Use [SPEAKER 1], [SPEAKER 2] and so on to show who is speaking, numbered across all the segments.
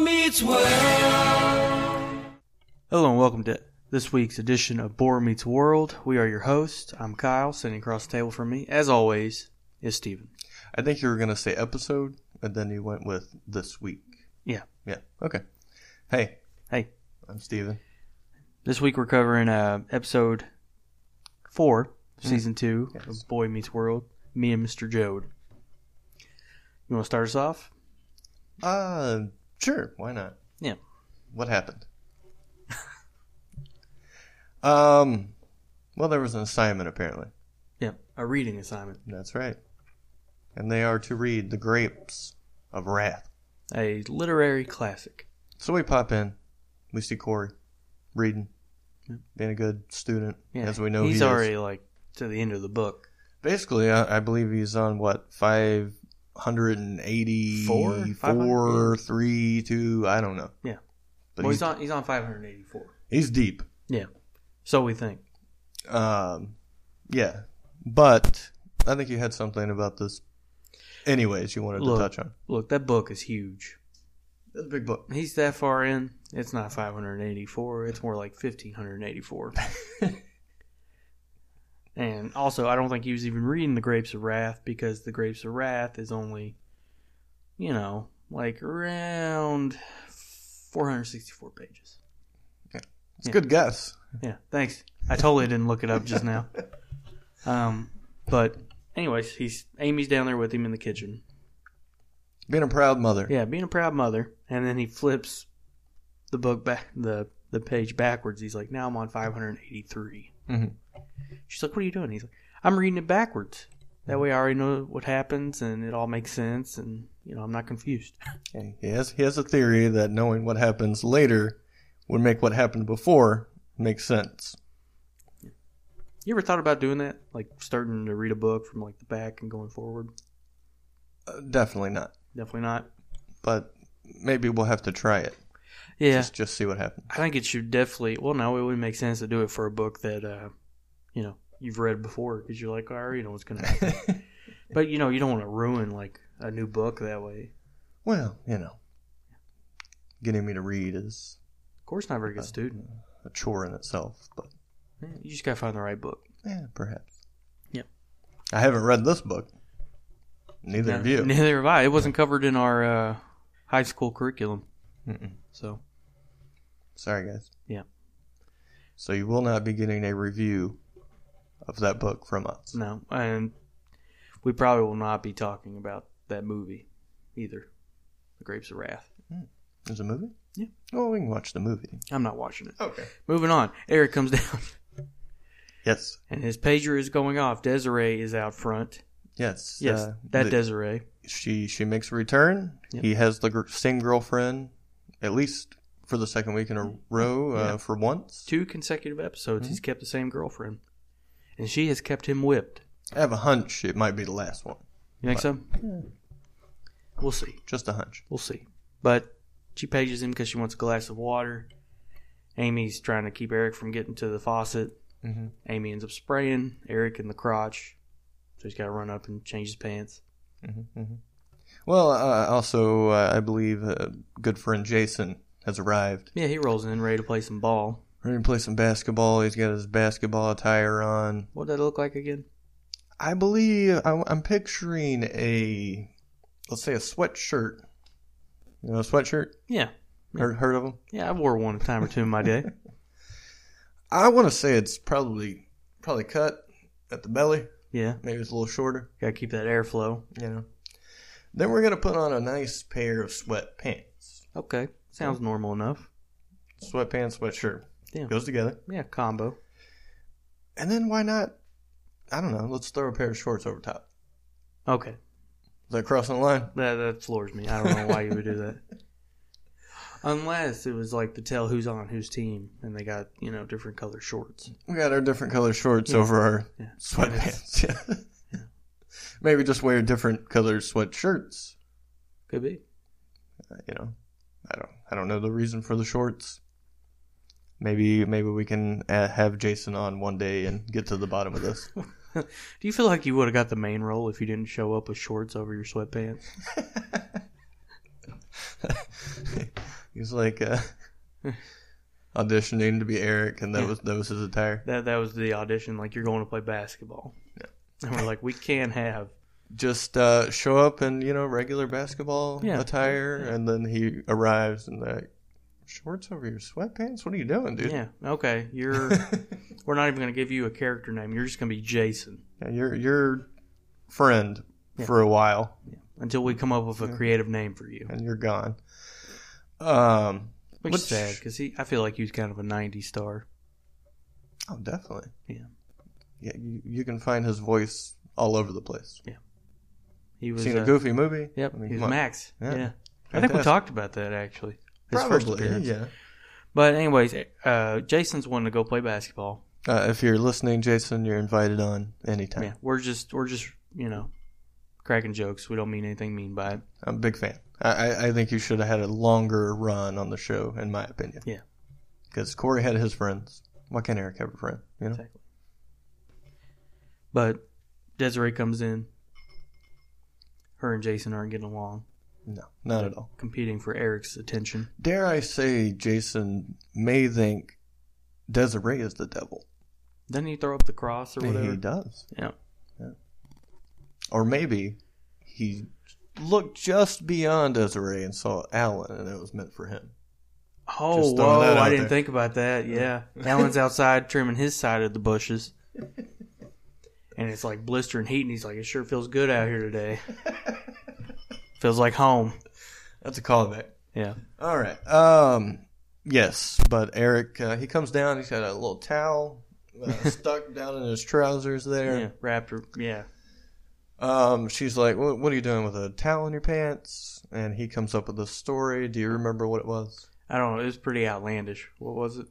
[SPEAKER 1] Meets World.
[SPEAKER 2] Hello and welcome to this week's edition of Board Meets World. We are your hosts. I'm Kyle. Sitting across the table from me, as always, is Steven.
[SPEAKER 3] I think you were going to say episode, and then you went with this week.
[SPEAKER 2] Yeah.
[SPEAKER 3] Yeah. Okay. Hey.
[SPEAKER 2] Hey.
[SPEAKER 3] I'm Steven.
[SPEAKER 2] This week we're covering uh, episode four, season two
[SPEAKER 3] Yes.
[SPEAKER 2] of Boy Meets World. Me and Mr. Jode. You want to start us off?
[SPEAKER 3] Uh, sure. Why not?
[SPEAKER 2] Yeah.
[SPEAKER 3] What happened? um, well, there was an assignment apparently.
[SPEAKER 2] Yeah, a reading assignment.
[SPEAKER 3] That's right. And they are to read The Grapes of Wrath.
[SPEAKER 2] A literary classic.
[SPEAKER 3] So we pop in. We see Corey reading,
[SPEAKER 2] Yep.
[SPEAKER 3] being a good student,
[SPEAKER 2] Yeah,
[SPEAKER 3] as we know
[SPEAKER 2] he's
[SPEAKER 3] he is.
[SPEAKER 2] already like to the end of the book.
[SPEAKER 3] Basically, I, I believe he's on what five hundred and eighty
[SPEAKER 2] Four? Five
[SPEAKER 3] four,
[SPEAKER 2] hundred?
[SPEAKER 3] three, two. I don't know.
[SPEAKER 2] Yeah.
[SPEAKER 3] but
[SPEAKER 2] well,
[SPEAKER 3] he's
[SPEAKER 2] he's on he's on 584.
[SPEAKER 3] he's deep.
[SPEAKER 2] Yeah, so we think.
[SPEAKER 3] Um, yeah, but I think you had something about this. Anyways, you wanted
[SPEAKER 2] Look.
[SPEAKER 3] to touch on.
[SPEAKER 2] Look, that book is huge.
[SPEAKER 3] That's a big book.
[SPEAKER 2] He's that far in. It's not 584. It's more like 1584. and also, I don't think he was even reading The Grapes of Wrath because The Grapes of Wrath is only, you know, like around 464 pages.
[SPEAKER 3] It's a good guess.
[SPEAKER 2] Yeah, thanks. I totally didn't look it up just now. Um, but anyways, he's Amy's down there with him in the kitchen.
[SPEAKER 3] Being a proud mother.
[SPEAKER 2] Yeah, being a proud mother, and then he flips the book back the the page backwards. He's like, "Now I'm on 583."
[SPEAKER 3] Mhm.
[SPEAKER 2] She's like, "What are you doing?" He's like, "I'm reading it backwards. That way, I already know what happens, and it all makes sense, and you know, I'm not confused."
[SPEAKER 3] Okay, He has he has a theory that knowing what happens later would make what happened before make sense.
[SPEAKER 2] You ever thought about doing that, like starting to read a book from like the back and going forward?
[SPEAKER 3] Uh, definitely not.
[SPEAKER 2] Definitely not.
[SPEAKER 3] But maybe we'll have to try it.
[SPEAKER 2] Yeah,
[SPEAKER 3] Just just see what happens.
[SPEAKER 2] I think it should definitely. Well, no, it would make sense to do it for a book that, uh, you know, you've read before because you're like, I already know what's going to happen. but you know, you don't want to ruin like a new book that way.
[SPEAKER 3] Well, you know, getting me to read is
[SPEAKER 2] Of course, not a very good student.
[SPEAKER 3] a chore in itself, but
[SPEAKER 2] Eh, You just gotta find the right book.
[SPEAKER 3] yeah, perhaps.
[SPEAKER 2] Yep.
[SPEAKER 3] I haven't read this book. Neither
[SPEAKER 2] No,
[SPEAKER 3] of you.
[SPEAKER 2] Neither have I. It wasn't covered in our uh, high school curriculum.
[SPEAKER 3] Mm-mm.
[SPEAKER 2] So
[SPEAKER 3] Sorry, guys.
[SPEAKER 2] Yeah.
[SPEAKER 3] So you will not be getting a review of that book from us.
[SPEAKER 2] no, and we probably will not be talking about that movie either. The Grapes of Wrath.
[SPEAKER 3] There's a movie?
[SPEAKER 2] Yeah.
[SPEAKER 3] Well, we can watch the movie.
[SPEAKER 2] I'm not watching it.
[SPEAKER 3] Okay.
[SPEAKER 2] Moving on. Eric comes down.
[SPEAKER 3] Yes.
[SPEAKER 2] and his pager is going off. Desiree is out front.
[SPEAKER 3] Yes.
[SPEAKER 2] Yes,
[SPEAKER 3] uh,
[SPEAKER 2] that
[SPEAKER 3] the-
[SPEAKER 2] Desiree.
[SPEAKER 3] she she makes a return.
[SPEAKER 2] Yep.
[SPEAKER 3] He has the gr- same girlfriend, at least for the second week in a row. Uh,
[SPEAKER 2] Mm-hmm. Yeah.
[SPEAKER 3] For once,
[SPEAKER 2] Two consecutive episodes, he's
[SPEAKER 3] Hmm?
[SPEAKER 2] kept the same girlfriend, and she has kept him whipped.
[SPEAKER 3] I have a hunch it might be the last one.
[SPEAKER 2] You think so? Hmm. We'll see.
[SPEAKER 3] Just a hunch.
[SPEAKER 2] We'll see. But she pages him because she wants a glass of water. Amy's trying to keep Eric from getting to the faucet.
[SPEAKER 3] Mm-hmm.
[SPEAKER 2] Amy ends up spraying Eric in the crotch, so he's got to run up and change his pants.
[SPEAKER 3] hmm Well, uh, also uh, I believe uh, good friend Jason has arrived.
[SPEAKER 2] Yeah, he rolls in ready to play some ball.
[SPEAKER 3] We're gonna play some basketball. He's got his basketball attire on.
[SPEAKER 2] What did that look like again?
[SPEAKER 3] I believe I, am picturing a let's say a sweatshirt. You know, a sweatshirt.
[SPEAKER 2] Yeah,
[SPEAKER 3] Heard heard of them?
[SPEAKER 2] yeah, I wore one a time or two in my day.
[SPEAKER 3] I want to say it's probably probably cut at the belly.
[SPEAKER 2] Yeah,
[SPEAKER 3] Maybe it's a little shorter.
[SPEAKER 2] gotta keep that airflow.
[SPEAKER 3] You know. Then we're gonna put on a nice pair of sweatpants.
[SPEAKER 2] Okay, sounds normal enough.
[SPEAKER 3] Sweatpants, sweatshirt.
[SPEAKER 2] Yeah.
[SPEAKER 3] Goes together.
[SPEAKER 2] Yeah, combo.
[SPEAKER 3] And then why not? I don't know. Let's throw a pair of shorts over top.
[SPEAKER 2] Okay,
[SPEAKER 3] Is that crossing the line?
[SPEAKER 2] that that floors me. I don't know why you would do that. Unless it was like to tell who's on whose team, and they got you know different color shorts.
[SPEAKER 3] We got our different color shorts
[SPEAKER 2] Yeah.
[SPEAKER 3] over our
[SPEAKER 2] Yeah.
[SPEAKER 3] sweatpants. Yeah. Maybe just wear different color sweatshirts.
[SPEAKER 2] Could be.
[SPEAKER 3] you know, I don't, I don't know the reason for the shorts. Maybe, maybe we can uh, have Jason on one day and get to the bottom of this.
[SPEAKER 2] Do you feel like you would have got the main role if you didn't show up with shorts over your sweatpants?
[SPEAKER 3] He was like uh, auditioning to be Eric, and that
[SPEAKER 2] Yeah.
[SPEAKER 3] was that was his attire.
[SPEAKER 2] That that was the audition. Like you're going to play basketball. And we're like, we can't have.
[SPEAKER 3] Just uh, show up in you know regular basketball
[SPEAKER 2] Yeah.
[SPEAKER 3] attire,
[SPEAKER 2] Yeah.
[SPEAKER 3] and then he arrives and like shorts over your sweatpants. What are you doing, dude?
[SPEAKER 2] Yeah. Okay. You're. we're not even going to give you a character name. You're just going to be Jason
[SPEAKER 3] Yeah, you're your friend
[SPEAKER 2] Yeah.
[SPEAKER 3] for a while,
[SPEAKER 2] until we come up with a
[SPEAKER 3] Yeah.
[SPEAKER 2] creative name for you.
[SPEAKER 3] and you're gone. Um,
[SPEAKER 2] Which
[SPEAKER 3] Which-
[SPEAKER 2] is sad because he. I feel like he's kind of a '90s star.
[SPEAKER 3] oh, definitely.
[SPEAKER 2] Yeah.
[SPEAKER 3] yeah. You, you can find his voice all over the place.
[SPEAKER 2] He was.
[SPEAKER 3] Seen a
[SPEAKER 2] uh,
[SPEAKER 3] goofy movie?
[SPEAKER 2] Yep.
[SPEAKER 3] I mean,
[SPEAKER 2] he was
[SPEAKER 3] come on.
[SPEAKER 2] Max.
[SPEAKER 3] Yeah.
[SPEAKER 2] Yeah. I think we
[SPEAKER 3] Fantastic.
[SPEAKER 2] talked about that actually. His first
[SPEAKER 3] Probably,
[SPEAKER 2] appearance.
[SPEAKER 3] yeah.
[SPEAKER 2] But anyways, uh, Jason's wanting to go play basketball.
[SPEAKER 3] Uh, if you're listening, Jason, you're invited on anytime.
[SPEAKER 2] Yeah, we're just we're just you know cracking jokes. We don't mean anything mean by it.
[SPEAKER 3] I'm a big fan. I, I, I think you should have had a longer run on the show, in my opinion.
[SPEAKER 2] Yeah.
[SPEAKER 3] Because Corey had his friends. Why can't Eric have a friend? You know?
[SPEAKER 2] Exactly. But Desiree comes in. Her and Jason aren't getting along,
[SPEAKER 3] No, not at all.
[SPEAKER 2] competing for Eric's attention.
[SPEAKER 3] Dare I say, Jason may think Desiree is the devil.
[SPEAKER 2] Doesn't he throw up the cross
[SPEAKER 3] He
[SPEAKER 2] or whatever?
[SPEAKER 3] does.
[SPEAKER 2] Yeah.
[SPEAKER 3] yeah. Or maybe he looked just beyond Desiree and saw Alan, and it was meant for him.
[SPEAKER 2] Oh,
[SPEAKER 3] Just throwing
[SPEAKER 2] whoa!
[SPEAKER 3] that out
[SPEAKER 2] I didn't
[SPEAKER 3] there.
[SPEAKER 2] think about that. Yeah, Alan's outside trimming his side of the bushes, and it's like blistering heat, and he's like, "It sure feels good out here today. feels like home."
[SPEAKER 3] That's a callback.
[SPEAKER 2] Yeah.
[SPEAKER 3] All right. Um. Yes, but Eric, uh, he comes down. He's got a little towel uh, stuck down in his trousers
[SPEAKER 2] Yeah.
[SPEAKER 3] there.
[SPEAKER 2] Raptor. Yeah.
[SPEAKER 3] Um. She's like, "What? What are you doing with a towel in your pants?" And he comes up with a story. Do you remember what it was?
[SPEAKER 2] I don't know. It was pretty outlandish. What was it?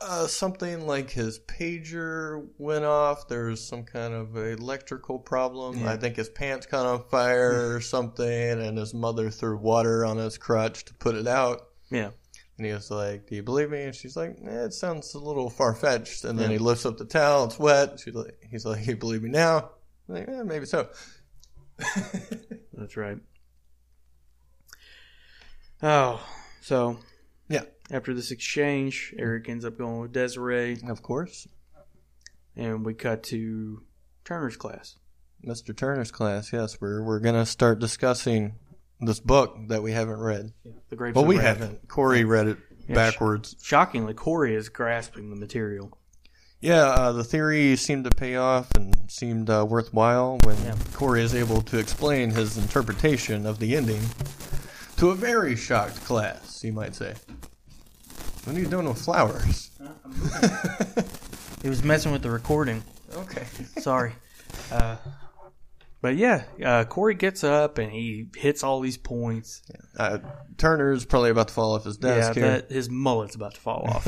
[SPEAKER 3] Uh, something like his pager went off. There was some kind of electrical problem.
[SPEAKER 2] Yeah.
[SPEAKER 3] I think his pants caught on fire or something, and his mother threw water on his crotch to put it out.
[SPEAKER 2] Yeah.
[SPEAKER 3] And he was like, "Do you believe me?" And she's like, eh, "It sounds a little far fetched." And then
[SPEAKER 2] Yeah.
[SPEAKER 3] he lifts up the towel; it's wet. She's like, "He's like, you believe me now?" I'm like, eh, maybe so.
[SPEAKER 2] That's right. Oh, so
[SPEAKER 3] Yeah.
[SPEAKER 2] After this exchange, Eric ends up going with Desiree,
[SPEAKER 3] Of course,
[SPEAKER 2] and we cut to Turner's class.
[SPEAKER 3] Mr. Turner's class. Yes, we're we're gonna start discussing this book that we haven't read.
[SPEAKER 2] The grapes.
[SPEAKER 3] Well,
[SPEAKER 2] of
[SPEAKER 3] we
[SPEAKER 2] wrath.
[SPEAKER 3] haven't. Corey read it
[SPEAKER 2] Yeah,
[SPEAKER 3] backwards.
[SPEAKER 2] Shockingly, Corey is grasping the material.
[SPEAKER 3] Yeah, uh, the theory seemed to pay off and seemed uh, worthwhile when
[SPEAKER 2] Yeah.
[SPEAKER 3] Corey is able to explain his interpretation of the ending to a very shocked class, you might say. What are you doing with flowers?
[SPEAKER 2] He was messing with the recording.
[SPEAKER 3] Okay.
[SPEAKER 2] Sorry. Uh, but yeah, uh, Corey gets up and he hits all these points.
[SPEAKER 3] Uh, Turner's probably about to fall off his
[SPEAKER 2] Yeah,
[SPEAKER 3] desk here.
[SPEAKER 2] that, his mullet's about to fall off.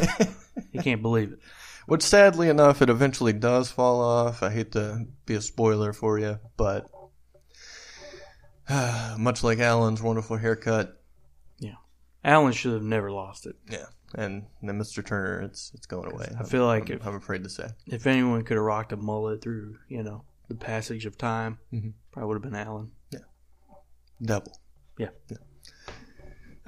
[SPEAKER 2] he can't believe it.
[SPEAKER 3] Which, sadly enough, it eventually does fall off. I hate to be a spoiler for you, but much like Alan's wonderful haircut,
[SPEAKER 2] Alan should have never lost it.
[SPEAKER 3] yeah, and then Mr. Turner, it's it's going away.
[SPEAKER 2] I feel like
[SPEAKER 3] I'm,
[SPEAKER 2] if-
[SPEAKER 3] I'm afraid to say.
[SPEAKER 2] If anyone could have rocked a mullet through, you know, the passage of time,
[SPEAKER 3] Mhm.
[SPEAKER 2] probably would have been Alan.
[SPEAKER 3] Devil.
[SPEAKER 2] Yeah.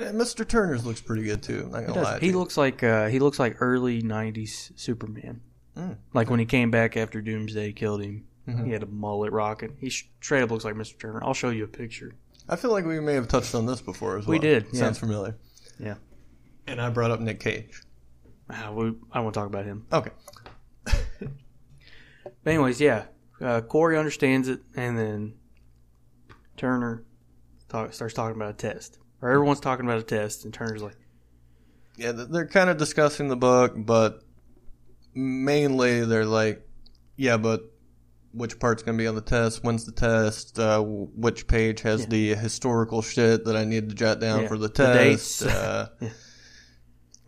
[SPEAKER 3] Eh, Mr. Turner's looks pretty good too. I'm not gonna
[SPEAKER 2] He,
[SPEAKER 3] lie.
[SPEAKER 2] does.
[SPEAKER 3] to
[SPEAKER 2] he
[SPEAKER 3] you.
[SPEAKER 2] looks like uh, he looks like early '90s Superman.
[SPEAKER 3] Mm.
[SPEAKER 2] Like when he came back after Doomsday killed him,
[SPEAKER 3] Mhm.
[SPEAKER 2] he had a mullet rocking. He sh- straight up looks like Mr. Turner. I'll show you a picture.
[SPEAKER 3] I feel like we may have touched on this before as well.
[SPEAKER 2] We did, yeah.
[SPEAKER 3] Sounds familiar.
[SPEAKER 2] Yeah.
[SPEAKER 3] And I brought up Nick Cage.
[SPEAKER 2] Ah, we, I don't want to talk about him.
[SPEAKER 3] Okay.
[SPEAKER 2] But anyways, yeah, uh, Corey understands it, and then Turner talk, starts talking about a test, or everyone's talking about a test, and Turner's like,
[SPEAKER 3] Yeah, th- they're kind of discussing the book, but mainly they're like, yeah, but which part's going to be on the test? When's the test? Uh, w- which page has
[SPEAKER 2] Yeah.
[SPEAKER 3] the historical shit that I need to jot down
[SPEAKER 2] Yeah,
[SPEAKER 3] for the
[SPEAKER 2] the
[SPEAKER 3] test?
[SPEAKER 2] dates.
[SPEAKER 3] uh,
[SPEAKER 2] Yeah.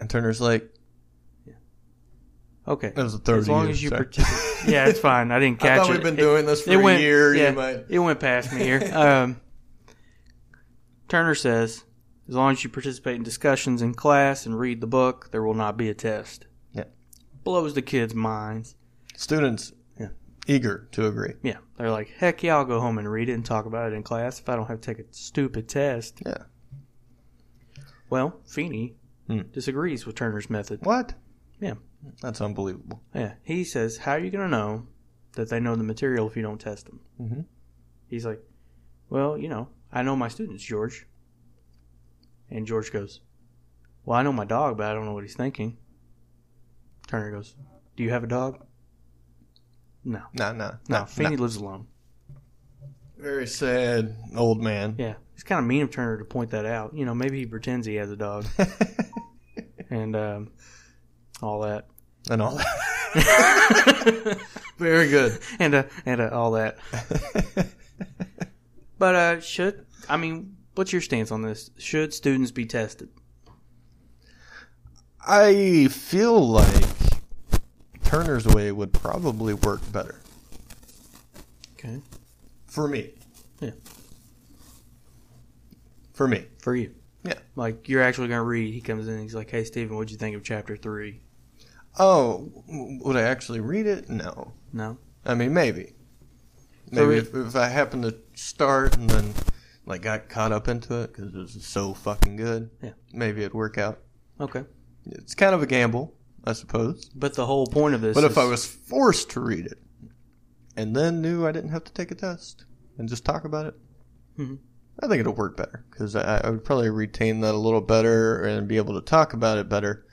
[SPEAKER 3] And Turner's like,
[SPEAKER 2] "Okay,
[SPEAKER 3] that was the third
[SPEAKER 2] as long
[SPEAKER 3] year,
[SPEAKER 2] as you
[SPEAKER 3] sorry.
[SPEAKER 2] participate. yeah, it's fine. I didn't
[SPEAKER 3] I
[SPEAKER 2] catch
[SPEAKER 3] thought
[SPEAKER 2] it.
[SPEAKER 3] we've been
[SPEAKER 2] It-
[SPEAKER 3] doing this for
[SPEAKER 2] it
[SPEAKER 3] a
[SPEAKER 2] went-
[SPEAKER 3] year.
[SPEAKER 2] yeah.
[SPEAKER 3] You might.
[SPEAKER 2] It went past me here. Um, Turner says, as long as you participate in discussions in class and read the book, there will not be a test.
[SPEAKER 3] Yeah.
[SPEAKER 2] Blows the kids' minds.
[SPEAKER 3] Students
[SPEAKER 2] Yeah.
[SPEAKER 3] eager to agree.
[SPEAKER 2] Yeah. They're like, heck yeah, I'll go home and read it and talk about it in class if I don't have to take a stupid test.
[SPEAKER 3] Yeah.
[SPEAKER 2] Well, Feeney
[SPEAKER 3] Hmm.
[SPEAKER 2] disagrees with Turner's method.
[SPEAKER 3] What?
[SPEAKER 2] Yeah.
[SPEAKER 3] That's unbelievable.
[SPEAKER 2] Yeah, he says, "How are you going to know that they know the material if you don't test them?"
[SPEAKER 3] Mhm.
[SPEAKER 2] He's like, "Well, you know, I know my students, George." And George goes, "Well, I know my dog, but I don't know what he's thinking." Turner goes, "Do you have a dog?" No,
[SPEAKER 3] Nah, nah,
[SPEAKER 2] no.
[SPEAKER 3] nah, nah.
[SPEAKER 2] Feeney lives alone.
[SPEAKER 3] Very sad old man.
[SPEAKER 2] Yeah, it's kind of mean of Turner to point that out. You know, maybe he pretends he has a dog and um, all that,
[SPEAKER 3] and all that. Very good.
[SPEAKER 2] and uh, and uh, all that. But uh, should I mean, what's your stance on this? Should students be tested?
[SPEAKER 3] I feel like Turner's way would probably work better
[SPEAKER 2] Okay,
[SPEAKER 3] for me.
[SPEAKER 2] Yeah.
[SPEAKER 3] For me.
[SPEAKER 2] for you.
[SPEAKER 3] Yeah.
[SPEAKER 2] Like you're actually gonna read. He comes in. and He's like, "Hey, Stephen, what'd you think of chapter three?
[SPEAKER 3] Oh, w- would I actually read it? No.
[SPEAKER 2] No.
[SPEAKER 3] I mean, maybe.
[SPEAKER 2] So
[SPEAKER 3] Maybe
[SPEAKER 2] we-
[SPEAKER 3] if, if I happened to start and then like got caught up into it because it was so fucking good.
[SPEAKER 2] Yeah.
[SPEAKER 3] Maybe it'd work out.
[SPEAKER 2] Okay.
[SPEAKER 3] It's kind of a gamble, I suppose.
[SPEAKER 2] But the whole point of this.
[SPEAKER 3] But
[SPEAKER 2] is-
[SPEAKER 3] if I was forced to read it and then knew I didn't have to take a test and just talk about it,
[SPEAKER 2] Mhm.
[SPEAKER 3] I think it'll work better because I, I would probably retain that a little better and be able to talk about it better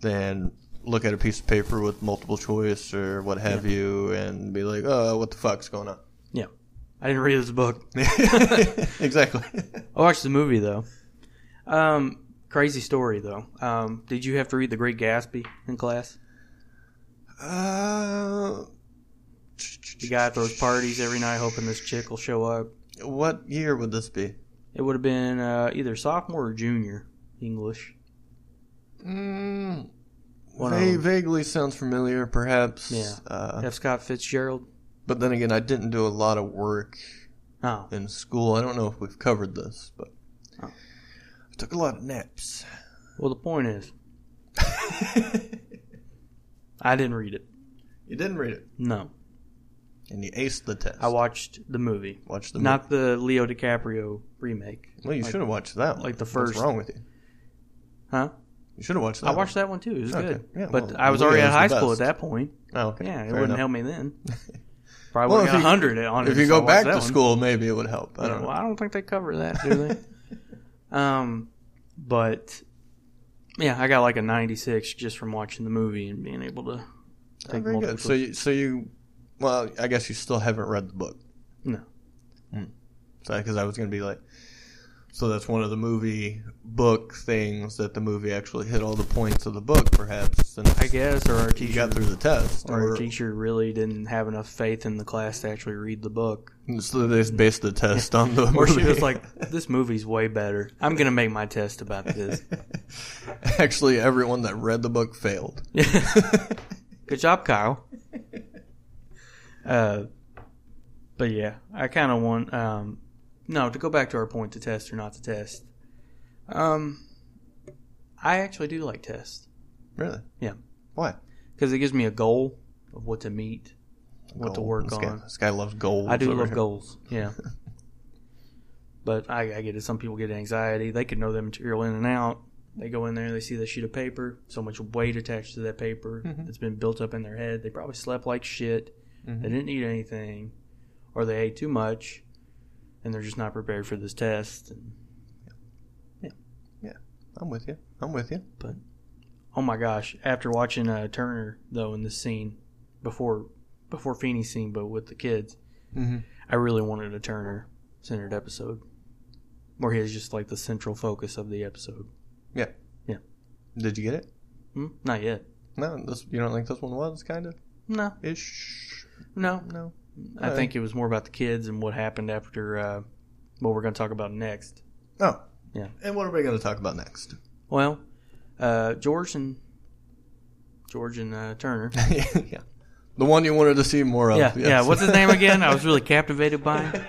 [SPEAKER 3] than look at a piece of paper with multiple choice or what have you and be like, oh, what the fuck's going on?
[SPEAKER 2] yeah, I didn't read this book.
[SPEAKER 3] exactly.
[SPEAKER 2] I watched the movie though. Um, crazy story though. Um, did you have to read The Great Gatsby in class?
[SPEAKER 3] Uh,
[SPEAKER 2] The guy at those parties every night, hoping this chick will show up.
[SPEAKER 3] what year would this be?
[SPEAKER 2] It would have been uh, either sophomore or junior English.
[SPEAKER 3] Mm,
[SPEAKER 2] One
[SPEAKER 3] va-
[SPEAKER 2] of them.
[SPEAKER 3] vaguely sounds familiar, perhaps.
[SPEAKER 2] Yeah.
[SPEAKER 3] Uh,
[SPEAKER 2] F. Scott Fitzgerald.
[SPEAKER 3] But then again, I didn't do a lot of work
[SPEAKER 2] Oh,
[SPEAKER 3] in school. I don't know if we've covered this, but
[SPEAKER 2] Oh.
[SPEAKER 3] I took a lot of naps.
[SPEAKER 2] well, the point is,
[SPEAKER 3] you
[SPEAKER 2] I didn't read it.
[SPEAKER 3] didn't read it,
[SPEAKER 2] No,
[SPEAKER 3] and you aced the test.
[SPEAKER 2] I watched the movie,
[SPEAKER 3] watched the
[SPEAKER 2] not the Leo DiCaprio remake.
[SPEAKER 3] movie. Well, you
[SPEAKER 2] like-
[SPEAKER 3] should have watched that. One.
[SPEAKER 2] like the
[SPEAKER 3] What's
[SPEAKER 2] first-
[SPEAKER 3] wrong with you?
[SPEAKER 2] Huh?
[SPEAKER 3] You should have watched that.
[SPEAKER 2] I watched that one too. It was
[SPEAKER 3] Okay.
[SPEAKER 2] good,
[SPEAKER 3] Yeah,
[SPEAKER 2] but
[SPEAKER 3] well,
[SPEAKER 2] I was
[SPEAKER 3] Leo
[SPEAKER 2] already at
[SPEAKER 3] is
[SPEAKER 2] high
[SPEAKER 3] the
[SPEAKER 2] school at
[SPEAKER 3] best.
[SPEAKER 2] that point.
[SPEAKER 3] One. Oh, okay.
[SPEAKER 2] Yeah, it
[SPEAKER 3] Fair
[SPEAKER 2] wouldn't
[SPEAKER 3] enough.
[SPEAKER 2] help me then. Probably
[SPEAKER 3] Well,
[SPEAKER 2] well,
[SPEAKER 3] if you-
[SPEAKER 2] hundred on it.
[SPEAKER 3] If you
[SPEAKER 2] I
[SPEAKER 3] go
[SPEAKER 2] watched
[SPEAKER 3] back
[SPEAKER 2] that
[SPEAKER 3] to
[SPEAKER 2] one.
[SPEAKER 3] school, maybe it would help. I
[SPEAKER 2] Yeah,
[SPEAKER 3] don't
[SPEAKER 2] well, I don't think they cover that, do they? um, but yeah, I got like a ninety-six just from watching the movie and being able to
[SPEAKER 3] know.
[SPEAKER 2] take
[SPEAKER 3] Oh, very
[SPEAKER 2] multiple.
[SPEAKER 3] good. So you, so you, well, I guess you still haven't read the book.
[SPEAKER 2] No.
[SPEAKER 3] Because I was going to be like, so that's one of the movie book things that the movie actually hit all the points of the book, perhaps. And
[SPEAKER 2] I guess, or our
[SPEAKER 3] you
[SPEAKER 2] teacher,
[SPEAKER 3] got through the test,
[SPEAKER 2] or our
[SPEAKER 3] or
[SPEAKER 2] teacher really didn't have enough faith in the class to actually read the book,
[SPEAKER 3] so they just based the test on the.
[SPEAKER 2] Mm-hmm. or she
[SPEAKER 3] movie.
[SPEAKER 2] was like, "This movie's way better. I'm gonna make my test about this."
[SPEAKER 3] actually, everyone that read the book failed.
[SPEAKER 2] Good job, Kyle. Uh, but yeah, I kind of want um, no to go back to our point to test or not to test. Um, I actually do like tests
[SPEAKER 3] Really?
[SPEAKER 2] Yeah.
[SPEAKER 3] Why?
[SPEAKER 2] because it gives me a goal of what to meet, what to
[SPEAKER 3] Gold.
[SPEAKER 2] work
[SPEAKER 3] This guy-
[SPEAKER 2] on.
[SPEAKER 3] This guy loves gold.
[SPEAKER 2] I do love goals, yeah. but I, I get it. Some people get anxiety. They could know their material in and out. They go in there, they see the sheet of paper, so much weight attached to that paper
[SPEAKER 3] Mhm.
[SPEAKER 2] that's been built up in their head. They probably slept like shit. they
[SPEAKER 3] Mm-hmm.
[SPEAKER 2] didn't eat anything or they ate too much and they're just not prepared for this test and
[SPEAKER 3] I'm with you. I'm with you.
[SPEAKER 2] oh my gosh after watching uh, turner though in this scene before before feeney's scene but with the kids
[SPEAKER 3] Mm-hmm.
[SPEAKER 2] i really wanted a turner centered episode where he is just like the central focus of the episode
[SPEAKER 3] Did you get it?
[SPEAKER 2] hmm? not yet
[SPEAKER 3] No, this you don't think this one was kind of
[SPEAKER 2] no
[SPEAKER 3] ish.
[SPEAKER 2] no
[SPEAKER 3] No.
[SPEAKER 2] i
[SPEAKER 3] Alright.
[SPEAKER 2] think it was more about the kids and what happened after uh, what we're going to talk about next
[SPEAKER 3] Oh.
[SPEAKER 2] Yeah.
[SPEAKER 3] And what are we going to talk about next?
[SPEAKER 2] Well, uh, George and George and uh, Turner.
[SPEAKER 3] yeah. The one you wanted to see more of.
[SPEAKER 2] Yeah,
[SPEAKER 3] Oh, yes.
[SPEAKER 2] yeah. What's his name again? I was really captivated by him.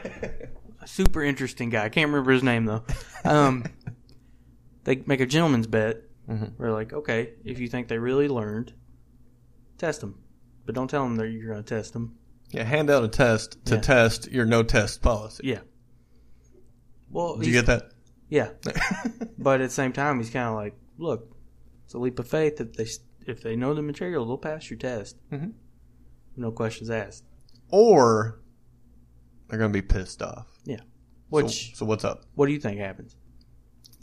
[SPEAKER 2] A super interesting guy. I can't remember his name though. Um, they make a gentleman's bet.
[SPEAKER 3] Mhm.
[SPEAKER 2] We're like, okay, if you think they really learned, test them, but don't tell them that you're going to test them.
[SPEAKER 3] yeah, hand out a test to
[SPEAKER 2] Yeah.
[SPEAKER 3] test your no test policy.
[SPEAKER 2] Yeah. Well,
[SPEAKER 3] Did you
[SPEAKER 2] he's-
[SPEAKER 3] get that?
[SPEAKER 2] Yeah, but at the same time, he's kind of like, look, it's a leap of faith. If they if they know the material, they'll pass your test.
[SPEAKER 3] Mhm.
[SPEAKER 2] No questions asked.
[SPEAKER 3] or they're gonna be pissed off. So-
[SPEAKER 2] Which,
[SPEAKER 3] so, what's up?
[SPEAKER 2] what do you think happens?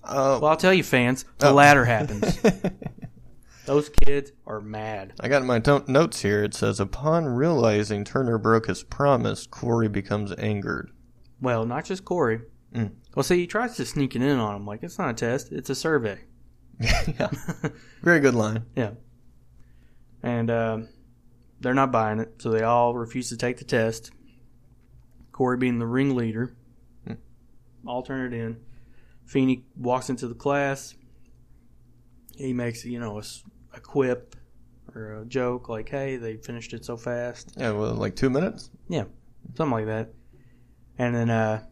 [SPEAKER 3] Uh,
[SPEAKER 2] Well, I'll tell you, fans, the
[SPEAKER 3] Oh.
[SPEAKER 2] latter happens. Those kids are mad.
[SPEAKER 3] I got in my to- notes here. It says upon realizing Turner broke his promise, Corey becomes angered.
[SPEAKER 2] Well, not just Corey.
[SPEAKER 3] Mm.
[SPEAKER 2] Well, see, he tries to sneak it in on him. Like, it's not a test, it's a survey.
[SPEAKER 3] yeah, very good line.
[SPEAKER 2] and um they're not buying it, so they all refuse to take the test. Corey being the ringleader,
[SPEAKER 3] Hmm.
[SPEAKER 2] all turn it in. Feeney walks into the class. He makes you know a, s- a quip or a joke like, "Hey, they finished it so fast,"
[SPEAKER 3] Yeah, well, like two minutes.
[SPEAKER 2] something like that. And then uh,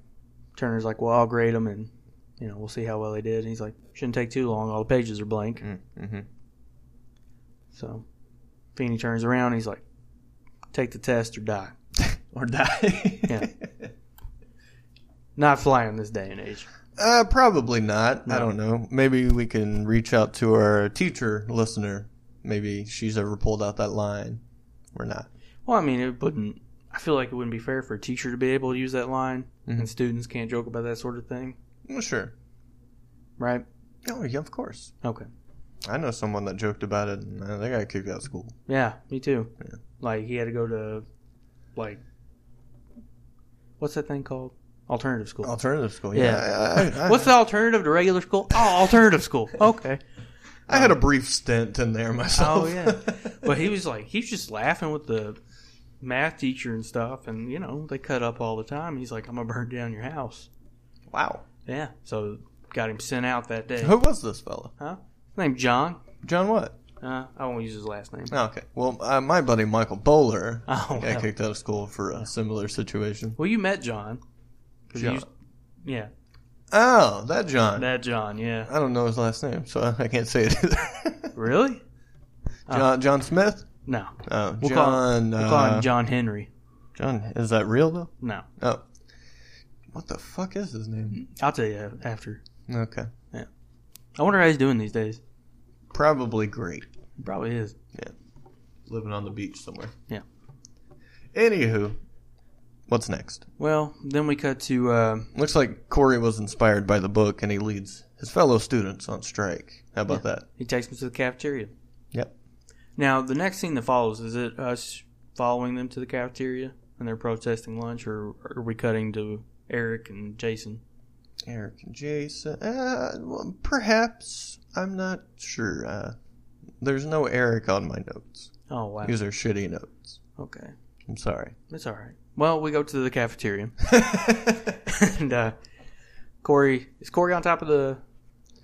[SPEAKER 2] Turner's like, "Well, I'll grade them, and you know we'll see how well they did." And he's like, "Shouldn't take too long. All the pages are blank."
[SPEAKER 3] Mm-hmm.
[SPEAKER 2] So Feeney turns around. He's like, "Take the test or die."
[SPEAKER 3] Or die.
[SPEAKER 2] Yeah. Not flying this day and age.
[SPEAKER 3] Uh, probably not.
[SPEAKER 2] No.
[SPEAKER 3] I don't know. Maybe we can reach out to our teacher listener. Maybe she's ever pulled out that line. We're not.
[SPEAKER 2] Well, I mean, it wouldn't. I feel like it wouldn't be fair for a teacher to be able to use that line,
[SPEAKER 3] Mhm.
[SPEAKER 2] and students can't joke about that sort of thing,
[SPEAKER 3] Well, sure.
[SPEAKER 2] right?
[SPEAKER 3] Oh, yeah, of course.
[SPEAKER 2] Okay.
[SPEAKER 3] I know someone that joked about it, and uh, they got kicked out of school.
[SPEAKER 2] Yeah, me too.
[SPEAKER 3] Yeah.
[SPEAKER 2] Like he had to go to, like, what's that thing called? Alternative school.
[SPEAKER 3] Alternative school. Yeah.
[SPEAKER 2] yeah.
[SPEAKER 3] Oh, I, I, I,
[SPEAKER 2] what's the alternative to regular school? Oh, alternative school. Okay.
[SPEAKER 3] I had a brief stint in there myself.
[SPEAKER 2] Oh, yeah. But he was like, he's just laughing with the math teacher and stuff, and you know they cut up all the time. He's like, I'm gonna burn down your house.
[SPEAKER 3] wow.
[SPEAKER 2] Yeah. So got him sent out that day.
[SPEAKER 3] Who was this fella?
[SPEAKER 2] Named John.
[SPEAKER 3] John what?
[SPEAKER 2] Uh, I won't use his last name.
[SPEAKER 3] Oh, okay. Well, uh, my buddy Michael Bowler
[SPEAKER 2] Oh,
[SPEAKER 3] got
[SPEAKER 2] well.
[SPEAKER 3] kicked out of school for a similar situation.
[SPEAKER 2] well, you met John. 'Cause you
[SPEAKER 3] John.
[SPEAKER 2] used- yeah,
[SPEAKER 3] Oh, that John.
[SPEAKER 2] that John. Yeah,
[SPEAKER 3] I don't know his last name, so I, I can't say it either.
[SPEAKER 2] really? Oh.
[SPEAKER 3] John, John Smith?
[SPEAKER 2] No,
[SPEAKER 3] Oh,
[SPEAKER 2] We'll call
[SPEAKER 3] John.
[SPEAKER 2] we
[SPEAKER 3] uh,
[SPEAKER 2] call him John Henry.
[SPEAKER 3] John. Is that real, though?
[SPEAKER 2] No,
[SPEAKER 3] Oh. What the fuck is his name?
[SPEAKER 2] I'll tell you after.
[SPEAKER 3] Okay.
[SPEAKER 2] I wonder how he's doing these days.
[SPEAKER 3] Probably great.
[SPEAKER 2] He probably is.
[SPEAKER 3] Living on the beach somewhere.
[SPEAKER 2] Yeah.
[SPEAKER 3] Anywho, what's next?
[SPEAKER 2] Well, then we cut to uh,
[SPEAKER 3] Looks like Corey was inspired by the book and he leads his fellow students on strike. How about that?
[SPEAKER 2] he takes them to the cafeteria.
[SPEAKER 3] Yep.
[SPEAKER 2] Now the next scene that follows is it us following them to the cafeteria and they're protesting lunch, or are we cutting to Eric and Jason?
[SPEAKER 3] Eric and Jason. Uh, well, perhaps. I'm not sure. Uh, there's no Eric on my notes.
[SPEAKER 2] Oh wow.
[SPEAKER 3] These are shitty notes.
[SPEAKER 2] Okay,
[SPEAKER 3] I'm sorry.
[SPEAKER 2] that's all right. Well, we go to the cafeteria. and uh, Corey is Corey on top of the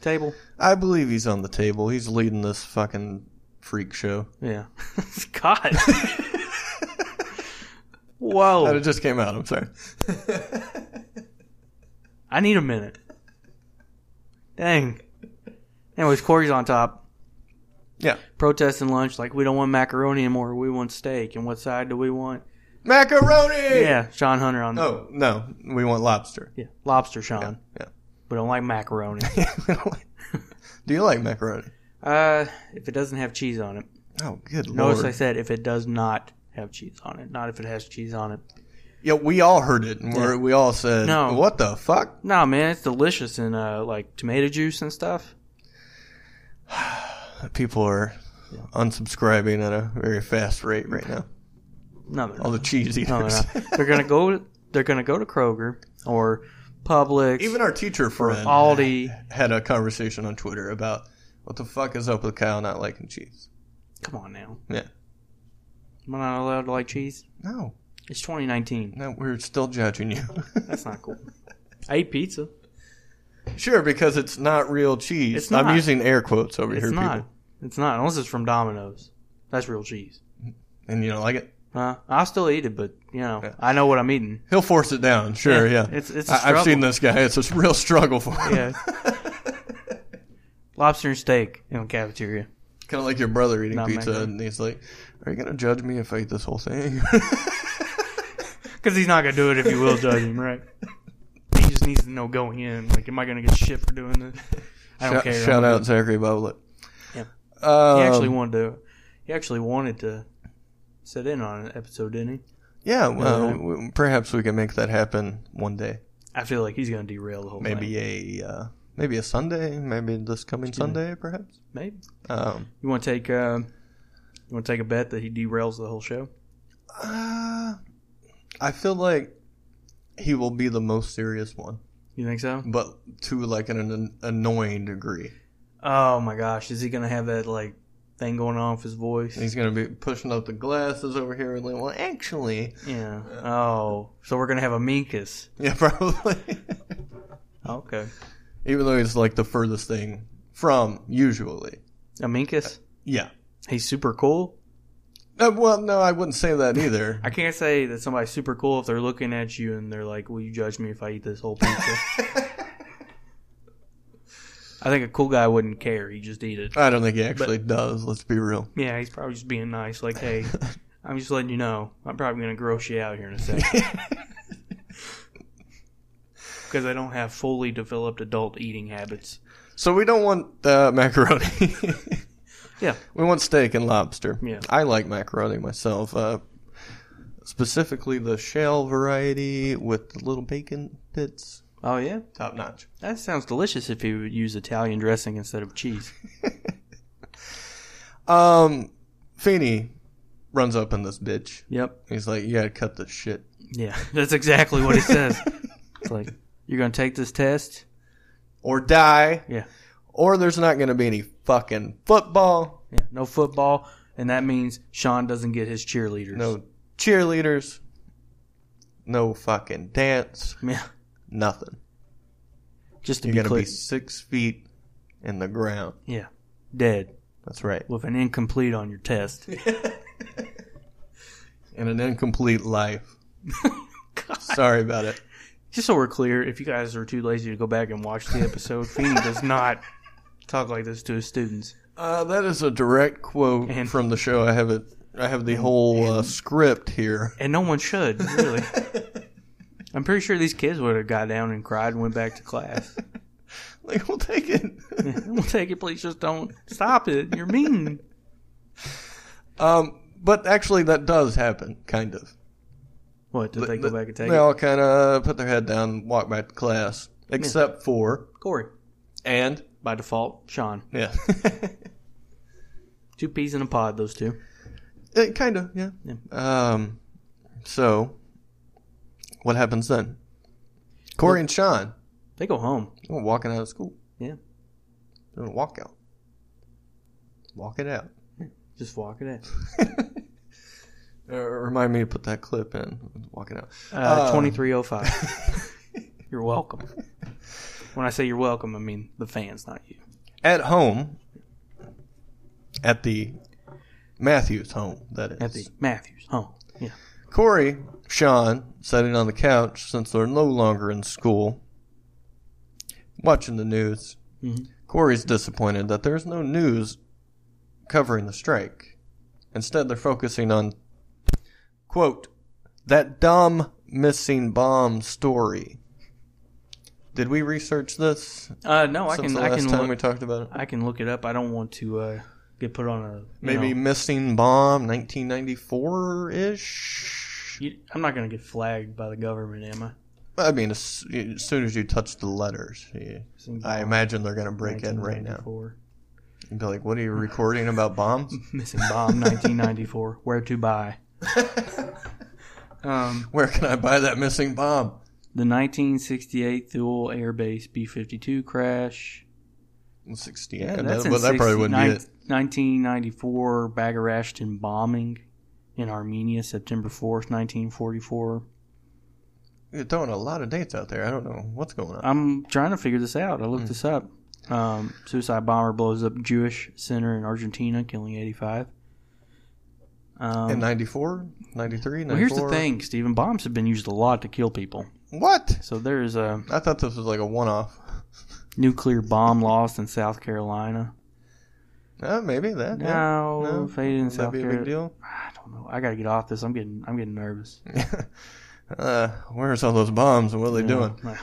[SPEAKER 2] table.
[SPEAKER 3] I believe he's on the table. He's leading this fucking freak show.
[SPEAKER 2] Yeah, Scott. Whoa!
[SPEAKER 3] That just came out. I'm sorry.
[SPEAKER 2] I need a minute. Dang. Anyways, Corey's on top.
[SPEAKER 3] Yeah.
[SPEAKER 2] Protesting lunch, like we don't want macaroni anymore. We want steak. And what side do we want?
[SPEAKER 3] Macaroni.
[SPEAKER 2] Yeah, Sean Hunter on
[SPEAKER 3] Oh no, we want lobster.
[SPEAKER 2] yeah, lobster. Sean,
[SPEAKER 3] Yeah.
[SPEAKER 2] we don't like macaroni.
[SPEAKER 3] Do you like macaroni?
[SPEAKER 2] uh, if it doesn't have cheese on it.
[SPEAKER 3] Oh, good
[SPEAKER 2] Notice I
[SPEAKER 3] lord!
[SPEAKER 2] said if it does not have cheese on it, not if it has cheese on it.
[SPEAKER 3] Yeah, we all heard it, and we're, we all said,
[SPEAKER 2] No.
[SPEAKER 3] "What the fuck?"
[SPEAKER 2] No, man, it's delicious in uh, like tomato juice and stuff.
[SPEAKER 3] People are unsubscribing at a very fast rate right now.
[SPEAKER 2] No, they're
[SPEAKER 3] All
[SPEAKER 2] not.
[SPEAKER 3] the cheese eaters.
[SPEAKER 2] No, they're, not. they're gonna go. They're gonna go to Kroger or Publix.
[SPEAKER 3] Even our teacher friend
[SPEAKER 2] Aldi.
[SPEAKER 3] had a conversation on Twitter about what the fuck is up with Kyle not liking cheese.
[SPEAKER 2] come on now.
[SPEAKER 3] Yeah.
[SPEAKER 2] Am I not allowed to like cheese?
[SPEAKER 3] No,
[SPEAKER 2] It's 2019.
[SPEAKER 3] no, we're still judging you.
[SPEAKER 2] That's not cool. I eat pizza.
[SPEAKER 3] sure, because it's not real cheese.
[SPEAKER 2] It's
[SPEAKER 3] I'm
[SPEAKER 2] not.
[SPEAKER 3] using air quotes over
[SPEAKER 2] It's
[SPEAKER 3] here,
[SPEAKER 2] not.
[SPEAKER 3] people,
[SPEAKER 2] It's not unless it's from Domino's. That's real cheese.
[SPEAKER 3] and you don't like it.
[SPEAKER 2] Huh? I'll still eat it, but you know,
[SPEAKER 3] Yeah.
[SPEAKER 2] I know what I'm eating.
[SPEAKER 3] He'll force it down. Sure, yeah.
[SPEAKER 2] It's it's a
[SPEAKER 3] I,
[SPEAKER 2] struggle.
[SPEAKER 3] I've seen this guy. It's a real struggle for him.
[SPEAKER 2] Yeah. Lobster and steak in the cafeteria.
[SPEAKER 3] Kind of like your brother eating
[SPEAKER 2] Not
[SPEAKER 3] pizza,
[SPEAKER 2] macaroni.
[SPEAKER 3] and he's like, "Are you gonna judge me if I eat this whole thing?"
[SPEAKER 2] Because he's not gonna do it if you will judge him, right? He's just needs to know going in. Like, am I going to get shit for doing this? I don't
[SPEAKER 3] shout,
[SPEAKER 2] care.
[SPEAKER 3] shout
[SPEAKER 2] I'm
[SPEAKER 3] out
[SPEAKER 2] gonna-
[SPEAKER 3] Zachary Boblet.
[SPEAKER 2] Yeah.
[SPEAKER 3] Um,
[SPEAKER 2] He actually wanted to. He actually wanted to sit in on an episode, didn't he?
[SPEAKER 3] Yeah, well,
[SPEAKER 2] Yeah.
[SPEAKER 3] w- perhaps we can make that happen one day.
[SPEAKER 2] I feel like he's going to derail the whole. plan.
[SPEAKER 3] Maybe a uh, maybe a Sunday, maybe this coming Sunday, perhaps.
[SPEAKER 2] maybe.
[SPEAKER 3] Um,
[SPEAKER 2] You want to take? Um, you want to take a bet that he derails the whole show?
[SPEAKER 3] uh, I feel like he will be the most serious one,
[SPEAKER 2] You think so?
[SPEAKER 3] but to like an, an annoying degree.
[SPEAKER 2] Oh my gosh, is he going to have that like thing going on with his voice?
[SPEAKER 3] He's gonna be pushing up the glasses over here. and Like, well, actually,
[SPEAKER 2] yeah. Oh, so we're going to have a minkus.
[SPEAKER 3] yeah, probably.
[SPEAKER 2] Okay.
[SPEAKER 3] Even though he's like the furthest thing from usually.
[SPEAKER 2] A minkus.
[SPEAKER 3] Yeah.
[SPEAKER 2] He's super cool.
[SPEAKER 3] Uh, well, no, I wouldn't say that either.
[SPEAKER 2] I can't say that somebody's super cool if they're looking at you and they're like, "Will you judge me if I eat this whole pizza?" I think a cool guy wouldn't care. He'd just eat it.
[SPEAKER 3] I don't think he actually does. Let's be real.
[SPEAKER 2] Yeah, he's probably just being nice. Like, hey, I'm just letting you know, I'm probably gonna gross you out here in a second because I don't have fully developed adult eating habits.
[SPEAKER 3] So we don't want uh, macaroni.
[SPEAKER 2] Yeah.
[SPEAKER 3] we want steak and lobster.
[SPEAKER 2] Yeah.
[SPEAKER 3] I like macaroni myself. Uh, specifically the shell variety with the little bacon bits.
[SPEAKER 2] Oh yeah,
[SPEAKER 3] Top notch.
[SPEAKER 2] that sounds delicious. If you would use Italian dressing instead of cheese,
[SPEAKER 3] Um, Feeney runs up in this bitch.
[SPEAKER 2] yep,
[SPEAKER 3] He's like, "You gotta cut this shit."
[SPEAKER 2] yeah, that's exactly what it says. it's like you're gonna take this test.
[SPEAKER 3] or die.
[SPEAKER 2] Yeah.
[SPEAKER 3] Or there's not going to be any fucking football,
[SPEAKER 2] Yeah, no football, and that means Sean doesn't get his cheerleaders.
[SPEAKER 3] no cheerleaders, no fucking dance,
[SPEAKER 2] yeah,
[SPEAKER 3] nothing.
[SPEAKER 2] just to
[SPEAKER 3] You're
[SPEAKER 2] be
[SPEAKER 3] going to
[SPEAKER 2] clear,
[SPEAKER 3] be six feet in the ground.
[SPEAKER 2] yeah, dead
[SPEAKER 3] That's right.
[SPEAKER 2] with an incomplete on your test.
[SPEAKER 3] And an incomplete life. Sorry about it.
[SPEAKER 2] Just so we're clear, if you guys are too lazy to go back and watch the episode, Feeney does not talk like this to his students.
[SPEAKER 3] Uh, that is a direct quote
[SPEAKER 2] And-
[SPEAKER 3] from the show. I have it. I have the whole uh, script here.
[SPEAKER 2] And no one should, really. I'm pretty sure these kids would have got down and cried and went back to class.
[SPEAKER 3] Like we'll take it.
[SPEAKER 2] we'll take it, please. Just don't stop it. You're mean.
[SPEAKER 3] um, but actually, that does happen, kind of.
[SPEAKER 2] What, did they go back and take
[SPEAKER 3] They
[SPEAKER 2] it?
[SPEAKER 3] all kind of put their head down and walk back to class, except for
[SPEAKER 2] Corey.
[SPEAKER 3] and
[SPEAKER 2] By default, Sean.
[SPEAKER 3] yeah,
[SPEAKER 2] Two peas in a pod, those two.
[SPEAKER 3] it kind of yeah.
[SPEAKER 2] Yeah.
[SPEAKER 3] Um, so what happens then? Corey and Sean
[SPEAKER 2] They go home.
[SPEAKER 3] they were walking out of school.
[SPEAKER 2] Yeah.
[SPEAKER 3] Doing a walkout. Walk it out.
[SPEAKER 2] Just walk it out.
[SPEAKER 3] Uh, remind me to put that clip in. Walking out.
[SPEAKER 2] Uh,
[SPEAKER 3] Uh.
[SPEAKER 2] 2305. you're welcome. When I say you're welcome, I mean the fans, not you.
[SPEAKER 3] At home, at the Matthews home. That is
[SPEAKER 2] At the Matthews home. Yeah.
[SPEAKER 3] Corey, Sean, sitting on the couch since they're no longer in school, watching the news.
[SPEAKER 2] Mhm.
[SPEAKER 3] Corey's disappointed that there's no news covering the strike. Instead, they're focusing on, quote, that dumb missing bomb story. Did we research this
[SPEAKER 2] Uh, no, I
[SPEAKER 3] since
[SPEAKER 2] can
[SPEAKER 3] the
[SPEAKER 2] I
[SPEAKER 3] last
[SPEAKER 2] can
[SPEAKER 3] time
[SPEAKER 2] look,
[SPEAKER 3] we talked about it?
[SPEAKER 2] I can look it up. I don't want to uh, get put on a you
[SPEAKER 3] Maybe
[SPEAKER 2] know,
[SPEAKER 3] missing bomb 1994 ish?
[SPEAKER 2] you- I'm not gonna get flagged by the government, am I?
[SPEAKER 3] I mean, as, as soon as you touch the letters, you, I imagine they're going to break in right now.
[SPEAKER 2] 1994.
[SPEAKER 3] You'd be like, what are you recording about bombs?
[SPEAKER 2] Missing bomb, 1994. Where to buy? um,
[SPEAKER 3] Where can I buy that missing bomb?
[SPEAKER 2] the 1968 Thule Air Base B-52 crash.
[SPEAKER 3] 68.
[SPEAKER 2] Yeah,
[SPEAKER 3] that,
[SPEAKER 2] that's in
[SPEAKER 3] well, that probably
[SPEAKER 2] 60
[SPEAKER 3] wouldn't
[SPEAKER 2] nine-
[SPEAKER 3] be it.
[SPEAKER 2] 1994 Bagger Ashton bombing in Armenia, September 4th, 1944.
[SPEAKER 3] You're throwing a lot of dates out there. I don't know what's going on.
[SPEAKER 2] I'm trying to figure this out. I
[SPEAKER 3] Hmm.
[SPEAKER 2] looked this up. Um, suicide bomber blows up Jewish center in Argentina, killing 85. Um,
[SPEAKER 3] in 94, 93, 94?
[SPEAKER 2] well, here's the thing, Stephen. Bombs have been used a lot to kill people.
[SPEAKER 3] What?
[SPEAKER 2] So there is a
[SPEAKER 3] I thought this was like a one off.
[SPEAKER 2] nuclear bomb lost in South Carolina.
[SPEAKER 3] Uh, maybe that. yeah.
[SPEAKER 2] No,
[SPEAKER 3] No,
[SPEAKER 2] faded in
[SPEAKER 3] Wouldn't that
[SPEAKER 2] South
[SPEAKER 3] be a big
[SPEAKER 2] Carolina.
[SPEAKER 3] deal?
[SPEAKER 2] I don't know. I gotta get off this. I'm getting I'm getting nervous.
[SPEAKER 3] Uh, where's all those bombs and what are they
[SPEAKER 2] Yeah.
[SPEAKER 3] doing?
[SPEAKER 2] Well,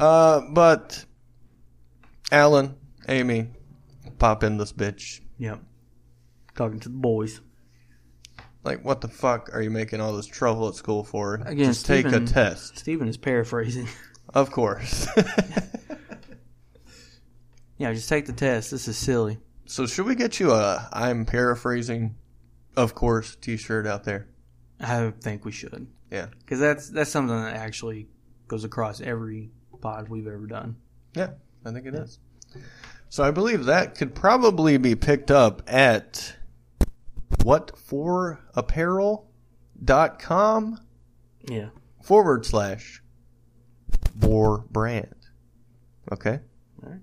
[SPEAKER 3] Uh, but Alan, Amy, pop in this bitch.
[SPEAKER 2] Yep. Talking to the boys.
[SPEAKER 3] Like, what the fuck are you making all this trouble at school for?
[SPEAKER 2] Again,
[SPEAKER 3] Just take a
[SPEAKER 2] Stephen-
[SPEAKER 3] test.
[SPEAKER 2] Steven is paraphrasing.
[SPEAKER 3] Of course.
[SPEAKER 2] yeah, just take the test. This is silly.
[SPEAKER 3] so, should we get you a I'm paraphrasing, of course, t shirt out there?
[SPEAKER 2] I think we should.
[SPEAKER 3] Yeah.
[SPEAKER 2] Because that's that's something that actually goes across every pod we've ever done.
[SPEAKER 3] Yeah, I think it is. So I believe that could probably be picked up at whatforapparel.com
[SPEAKER 2] Yeah.
[SPEAKER 3] forward slash bore brand. Okay?
[SPEAKER 2] Alright.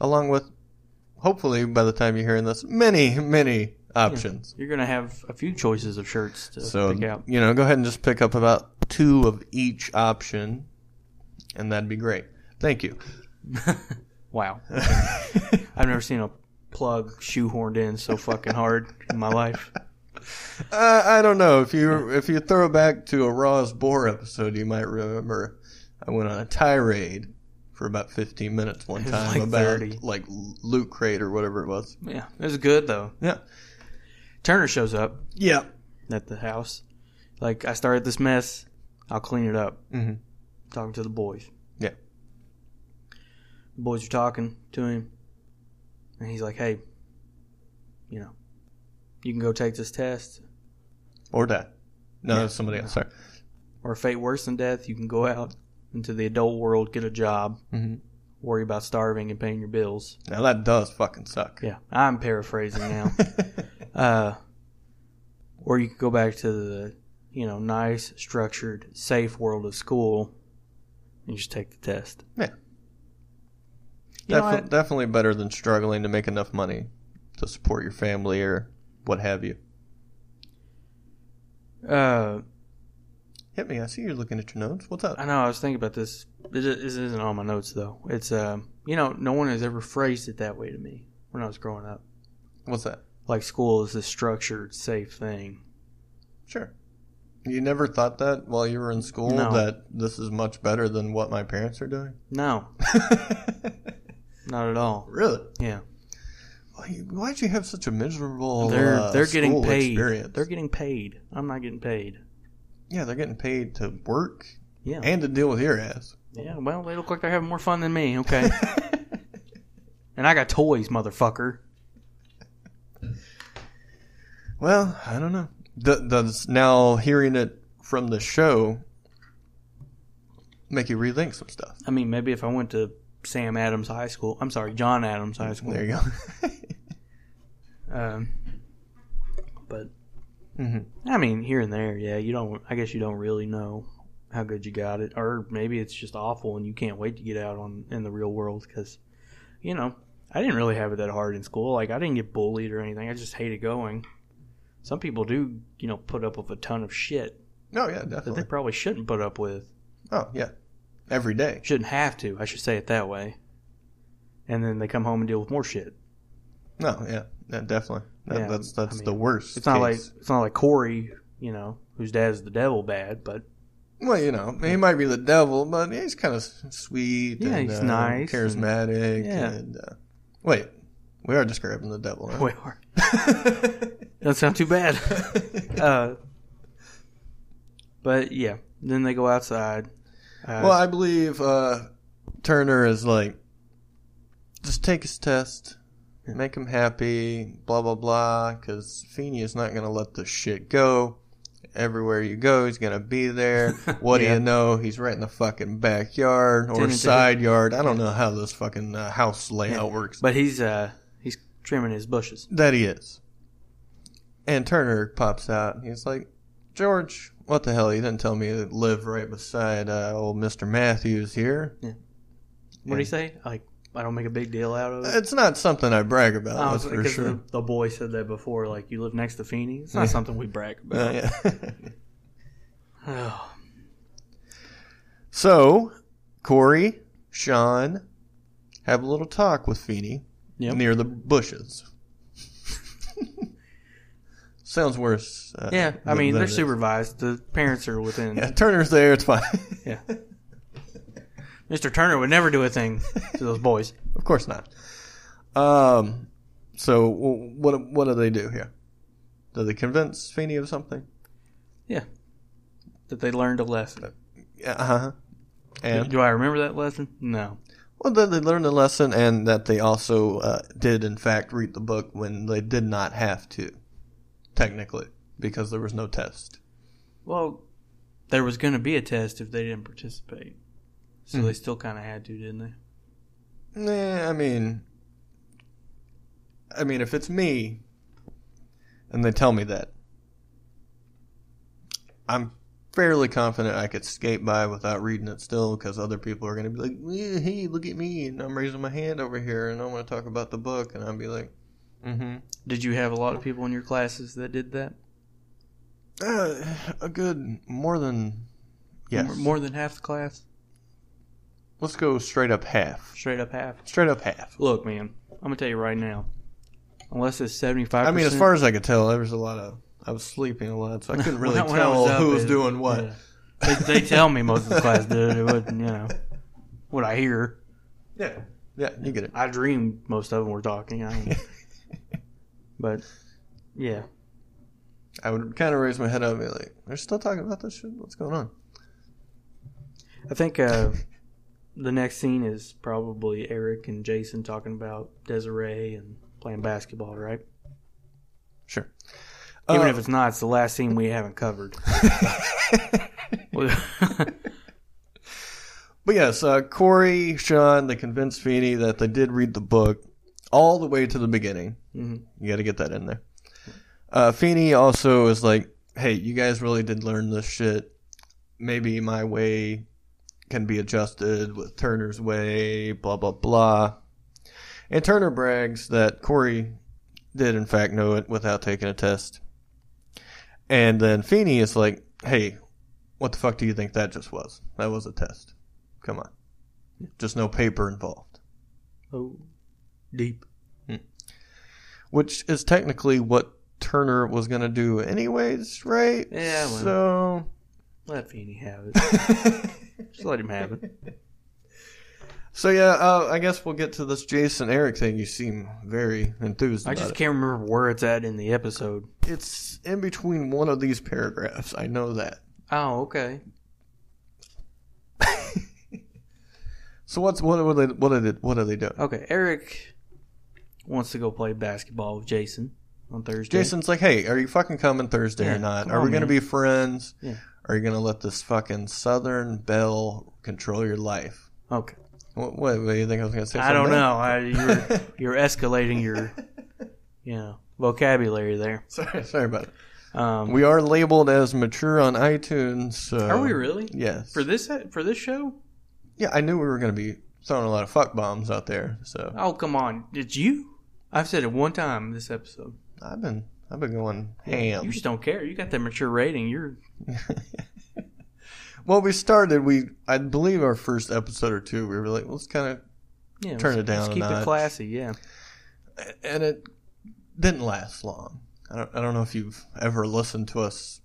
[SPEAKER 3] Along with, hopefully, by the time you're hearing this, many, many options.
[SPEAKER 2] You're gonna have a few choices of shirts to
[SPEAKER 3] So,
[SPEAKER 2] pick out.
[SPEAKER 3] you know, go ahead and just pick up about two of each option, and that'd be great. Thank you.
[SPEAKER 2] Wow. I've never seen a plug shoehorned in so fucking hard in my life.
[SPEAKER 3] Uh, I don't know if you if you throw back to a Raw's Boar episode, you might remember I went on a tirade for about fifteen minutes one
[SPEAKER 2] It was
[SPEAKER 3] time
[SPEAKER 2] like
[SPEAKER 3] about
[SPEAKER 2] 30.
[SPEAKER 3] like loot crate or whatever it was.
[SPEAKER 2] Yeah, it was good though.
[SPEAKER 3] Yeah,
[SPEAKER 2] Turner shows up
[SPEAKER 3] yeah.
[SPEAKER 2] at the house. Like I started this mess, I'll clean it up.
[SPEAKER 3] hmm
[SPEAKER 2] Talking to the boys.
[SPEAKER 3] Yeah.
[SPEAKER 2] The boys are talking to him, and he's like, "Hey, you know, you can go take this test,
[SPEAKER 3] Or that. No,
[SPEAKER 2] Yeah.
[SPEAKER 3] that's somebody else. Sorry.
[SPEAKER 2] or fate worse than death, you can go out into the adult world, get a job,
[SPEAKER 3] hmm
[SPEAKER 2] worry about starving and paying your bills."
[SPEAKER 3] Now that does fucking suck.
[SPEAKER 2] Yeah, I'm paraphrasing now. uh, or you could go back to the, you know, nice, structured, safe world of school, and just take the test.
[SPEAKER 3] Yeah.
[SPEAKER 2] You know,
[SPEAKER 3] Defi-
[SPEAKER 2] I-
[SPEAKER 3] definitely better than struggling to make enough money to support your family or what have you.
[SPEAKER 2] uh,
[SPEAKER 3] Hit me. I see you're looking at your notes. What's up?
[SPEAKER 2] I know I was thinking about this. This i- this isn't on my notes though. It's um, you know, no one has ever phrased it that way to me when I was growing up.
[SPEAKER 3] What's that?
[SPEAKER 2] Like school is this structured, safe thing.
[SPEAKER 3] Sure. You never thought that while you were in school
[SPEAKER 2] No.
[SPEAKER 3] that this is much better than what my parents are doing?
[SPEAKER 2] No, not at all.
[SPEAKER 3] really?
[SPEAKER 2] Yeah,
[SPEAKER 3] Why you- Why'd you have such a miserable
[SPEAKER 2] they're
[SPEAKER 3] uh,
[SPEAKER 2] they're getting
[SPEAKER 3] school
[SPEAKER 2] paid.
[SPEAKER 3] experience?
[SPEAKER 2] They're getting paid. I'm not getting paid.
[SPEAKER 3] yeah, they're getting paid to work
[SPEAKER 2] Yeah.
[SPEAKER 3] and to deal with your ass.
[SPEAKER 2] Yeah, well, they look like they're having more fun than me. Okay. and I got toys, motherfucker.
[SPEAKER 3] Well, I don't know. Th- does now hearing it from the show make you rethink some stuff?
[SPEAKER 2] I mean, maybe if I went to Sam Adams High School, I'm sorry, John Adams High School.
[SPEAKER 3] There you go.
[SPEAKER 2] Um, but mm-hmm.
[SPEAKER 3] Mhm.
[SPEAKER 2] I mean, here and there, yeah, you don't. I guess you don't really know how good you got it, or maybe it's just awful and you can't wait to get out on in the real world because, you know, I didn't really have it that hard in school. Like I didn't get bullied or anything. I just hated going. Some people do, you know, put up with a ton of shit.
[SPEAKER 3] oh yeah,
[SPEAKER 2] that they
[SPEAKER 3] definitely.
[SPEAKER 2] probably shouldn't put up with.
[SPEAKER 3] Oh yeah, every day.
[SPEAKER 2] Shouldn't have to, I should say it that way. And then they come home and deal with more shit.
[SPEAKER 3] No, yeah, yeah definitely. That,
[SPEAKER 2] Yeah,
[SPEAKER 3] that's that's
[SPEAKER 2] I mean,
[SPEAKER 3] the worst.
[SPEAKER 2] It's not like
[SPEAKER 3] case.
[SPEAKER 2] it's not like Corey, you know, whose dad's the devil bad, but
[SPEAKER 3] Well, you know, he might be the devil, but he's kind of sweet.
[SPEAKER 2] Yeah,
[SPEAKER 3] and,
[SPEAKER 2] he's
[SPEAKER 3] uh,
[SPEAKER 2] nice
[SPEAKER 3] charismatic.
[SPEAKER 2] yeah.
[SPEAKER 3] And, uh, wait, we are describing the devil. Right?
[SPEAKER 2] we are. Doesn't sound too bad. uh, but yeah, then they go outside. Uh,
[SPEAKER 3] well, I believe uh, Turner is like, just take his test, make him happy, blah blah blah, because Feeney is not going to let this shit go. Everywhere you go, he's going to be there. What do
[SPEAKER 2] Yeah.
[SPEAKER 3] you know? He's right in the fucking backyard or
[SPEAKER 2] Tenant to
[SPEAKER 3] side yard. I don't know how this fucking uh, house layout works.
[SPEAKER 2] but he's uh he's trimming his bushes.
[SPEAKER 3] That he is. And Turner pops out. and He's like, George, what the hell? You didn't tell me to live right beside uh, old Mr. Matthews here.
[SPEAKER 2] What do you say? Like I don't make a big deal out of it.
[SPEAKER 3] It's not something I brag about,
[SPEAKER 2] I
[SPEAKER 3] Uh, that's for
[SPEAKER 2] was Oh, because
[SPEAKER 3] sure.
[SPEAKER 2] the, the boy said that before. Like you live next to Feeney. It's not
[SPEAKER 3] Yeah.
[SPEAKER 2] something we brag
[SPEAKER 3] Uh,
[SPEAKER 2] about.
[SPEAKER 3] yeah.
[SPEAKER 2] Oh,
[SPEAKER 3] Uh, so, Corey, Sean, have a little talk with Feeney
[SPEAKER 2] Yep.
[SPEAKER 3] near the bushes. Sounds worse. uh,
[SPEAKER 2] Yeah, I
[SPEAKER 3] than-
[SPEAKER 2] mean
[SPEAKER 3] than
[SPEAKER 2] they're
[SPEAKER 3] it is.
[SPEAKER 2] supervised. The parents are within.
[SPEAKER 3] Yeah, Turner's there. It's fine.
[SPEAKER 2] Yeah. Mr. Turner would never do a thing to those boys.
[SPEAKER 3] Of course not. Um, so wh- what what do they do here? Do they convince Feeney of something?
[SPEAKER 2] Yeah. That they learned a lesson.
[SPEAKER 3] Uh huh. And
[SPEAKER 2] Do I remember that lesson? No.
[SPEAKER 3] well, that they learned a lesson, and that they also uh, did in fact read the book when they did not have to, technically, because there was no test.
[SPEAKER 2] Well, there was going to be a test if they didn't participate. So they still kind of had to, didn't they?
[SPEAKER 3] Nah, I mean, I mean, if it's me, and they tell me that, I'm fairly confident I could skate by without reading it still, because other people are going to be like, "Yeah, "Hey, look at me!" and I'm raising my hand over here, and I want to talk about the book, and I'll be like, "Mm-hmm."
[SPEAKER 2] Did you have a lot of people in your classes that did that?
[SPEAKER 3] Uh, a good more than
[SPEAKER 2] More,
[SPEAKER 3] yes.
[SPEAKER 2] more than half the class?
[SPEAKER 3] Let's go straight up half.
[SPEAKER 2] Straight up half.
[SPEAKER 3] Straight up half.
[SPEAKER 2] Look, man, I'm going to tell you right now. Unless it's 75%.
[SPEAKER 3] I mean, as far as I could tell, there was a lot of. I was sleeping a lot, so I couldn't really
[SPEAKER 2] When I
[SPEAKER 3] tell
[SPEAKER 2] was up,
[SPEAKER 3] who was
[SPEAKER 2] it-
[SPEAKER 3] doing what.
[SPEAKER 2] yeah. They, they tell me most of the class did. It wasn't, you know, what I hear.
[SPEAKER 3] Yeah, yeah, you get it.
[SPEAKER 2] I dreamed most of them were talking. I don't- but, yeah.
[SPEAKER 3] I would kind of raise my head up and be like, "They're still talking about this shit. What's going on?"
[SPEAKER 2] I think uh, the next scene is probably Eric and Jason talking about Desiree and playing basketball, right?
[SPEAKER 3] Sure.
[SPEAKER 2] Even
[SPEAKER 3] Uh,
[SPEAKER 2] if it's not, it's the last scene we haven't covered.
[SPEAKER 3] Uh,
[SPEAKER 2] Mm-hmm.
[SPEAKER 3] But yes, uh, Corey, Sean, they convinced Feeney that they did read the book all the way to the beginning.
[SPEAKER 2] Mhm.
[SPEAKER 3] You got to get that in there. Uh, Feeney also is like, hey, you guys really did learn this shit. Maybe my way can be adjusted with Turner's way, blah, blah, blah. And Turner brags that Corey did, in fact, know it without taking a test. And then Feeney is like, hey, what the fuck do you think that just was? That was a test. Come on. Just no paper involved.
[SPEAKER 2] oh, deep.
[SPEAKER 3] Which is technically what Turner was going to do, anyways, right?
[SPEAKER 2] Yeah,
[SPEAKER 3] So.
[SPEAKER 2] Let Feeney have it. Just let him have it.
[SPEAKER 3] So, yeah, uh, I guess we'll get to this Jason Eric thing. You seem very enthused
[SPEAKER 2] I
[SPEAKER 3] about
[SPEAKER 2] just
[SPEAKER 3] it.
[SPEAKER 2] can't remember where it's at in the episode.
[SPEAKER 3] It's in between one of these paragraphs. I know that.
[SPEAKER 2] Oh, okay.
[SPEAKER 3] So what's what are they what are they what are they doing?
[SPEAKER 2] Okay, Eric wants to go play basketball with Jason on Thursday.
[SPEAKER 3] Jason's like, "Hey, are you fucking coming Thursday
[SPEAKER 2] Yeah,
[SPEAKER 3] or not?
[SPEAKER 2] come
[SPEAKER 3] Are
[SPEAKER 2] on,
[SPEAKER 3] we going to
[SPEAKER 2] man."
[SPEAKER 3] be friends?
[SPEAKER 2] Yeah.
[SPEAKER 3] Are you going to let this fucking Southern belle control your life?"
[SPEAKER 2] Okay.
[SPEAKER 3] What, what, what do you think I was going to say?
[SPEAKER 2] I don't
[SPEAKER 3] something?
[SPEAKER 2] know. I, you're, you're escalating your, you know, vocabulary there.
[SPEAKER 3] sorry, sorry about it.
[SPEAKER 2] Um,
[SPEAKER 3] We are labeled as mature on iTunes. So
[SPEAKER 2] are we really
[SPEAKER 3] Yes.
[SPEAKER 2] for this for this show?
[SPEAKER 3] yeah, I knew we were going to be throwing a lot of fuck bombs out there. So
[SPEAKER 2] Oh come on! Did you? I've said it one time this episode.
[SPEAKER 3] I've been I've been going ham.
[SPEAKER 2] You just don't care. You got that mature rating. You're
[SPEAKER 3] well, we started. We I believe our first episode or two. We were like, let's kind
[SPEAKER 2] yeah.
[SPEAKER 3] Turn
[SPEAKER 2] let's-
[SPEAKER 3] it down
[SPEAKER 2] Let's
[SPEAKER 3] a
[SPEAKER 2] keep it
[SPEAKER 3] notch.
[SPEAKER 2] classy. Yeah.
[SPEAKER 3] of, and it didn't last long. I don't, I don't know if you've ever listened to us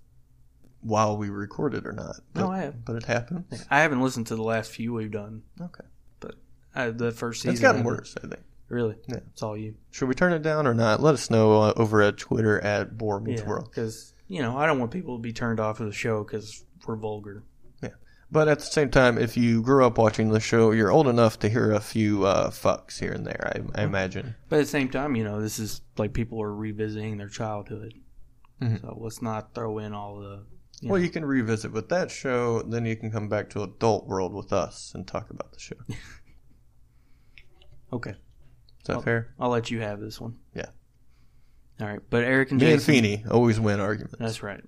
[SPEAKER 3] while we recorded or not. But,
[SPEAKER 2] No, I have.
[SPEAKER 3] But it happened.
[SPEAKER 2] I haven't listened to the last few we've done.
[SPEAKER 3] Okay.
[SPEAKER 2] Uh, the first season.
[SPEAKER 3] It's gotten
[SPEAKER 2] I-
[SPEAKER 3] worse, I think.
[SPEAKER 2] Really.
[SPEAKER 3] Yeah.
[SPEAKER 2] It's all you.
[SPEAKER 3] Should we turn it down or not? Let us know uh, over at Twitter at Boar Meets
[SPEAKER 2] Yeah.
[SPEAKER 3] World.
[SPEAKER 2] Because you know I don't want people to be turned off of the show because we're vulgar.
[SPEAKER 3] But at the same time, if you grew up watching the show, you're old enough to hear a few uh, fucks here and there,
[SPEAKER 2] Mm-hmm.
[SPEAKER 3] I, I imagine.
[SPEAKER 2] But at the same time, you know this is like people are revisiting their childhood.
[SPEAKER 3] Mhm.
[SPEAKER 2] So let's not throw in all the. You
[SPEAKER 3] Well,
[SPEAKER 2] know,
[SPEAKER 3] you can revisit with that show, then you can come back to Adult World with us and talk about the show. Is
[SPEAKER 2] okay.
[SPEAKER 3] that
[SPEAKER 2] Oh,
[SPEAKER 3] fair?
[SPEAKER 2] I'll let you have this one.
[SPEAKER 3] Yeah.
[SPEAKER 2] All right, but Eric and
[SPEAKER 3] Me and
[SPEAKER 2] Jason.
[SPEAKER 3] Feeney always win arguments.
[SPEAKER 2] That's right.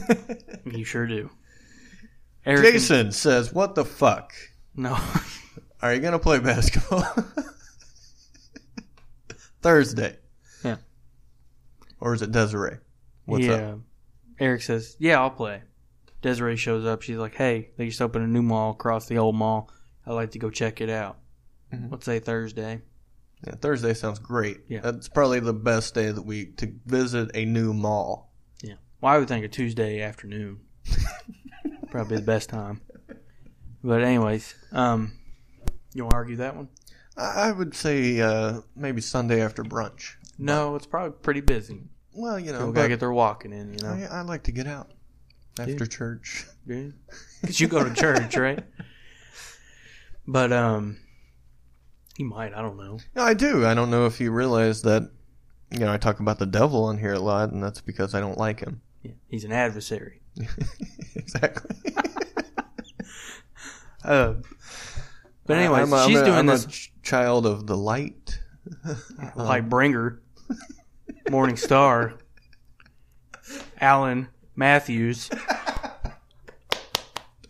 [SPEAKER 2] You sure do. Eric and-
[SPEAKER 3] Jason says, What the fuck?
[SPEAKER 2] no.
[SPEAKER 3] Are you going to play basketball? Thursday.
[SPEAKER 2] Yeah.
[SPEAKER 3] Or is it Desiree? What's up?
[SPEAKER 2] yeah. Eric says, "Yeah, I'll play." Desiree shows up. She's like, "Hey, they just opened a new mall across the old mall. I'd like to go check it out."
[SPEAKER 3] Mhm.
[SPEAKER 2] Let's say Thursday.
[SPEAKER 3] Yeah, Thursday sounds great.
[SPEAKER 2] Yeah.
[SPEAKER 3] That's probably the best day of the week to visit a new mall.
[SPEAKER 2] Well, I would think a Tuesday afternoon. Probably the best time. But anyways, um, You want to argue that one?
[SPEAKER 3] I I would say uh, maybe Sunday after brunch.
[SPEAKER 2] No, it's probably pretty busy.
[SPEAKER 3] Well, you know,
[SPEAKER 2] People
[SPEAKER 3] but Oh,
[SPEAKER 2] gotta get their walking in, you know.
[SPEAKER 3] I, I like to get out after church.
[SPEAKER 2] Yeah. Cause you go to church, right? But um, he might. I don't know.
[SPEAKER 3] No, I do. I don't know if you realize that. You know, I talk about the devil on here a lot, and that's because I don't like him.
[SPEAKER 2] Yeah, he's an adversary.
[SPEAKER 3] exactly.
[SPEAKER 2] Uh, but anyway,
[SPEAKER 3] I'm a-
[SPEAKER 2] she's
[SPEAKER 3] I'm a-
[SPEAKER 2] doing
[SPEAKER 3] I'm a uh,
[SPEAKER 2] this
[SPEAKER 3] ch- child of the light.
[SPEAKER 2] like Bringer, Morning Star, Alan Matthews.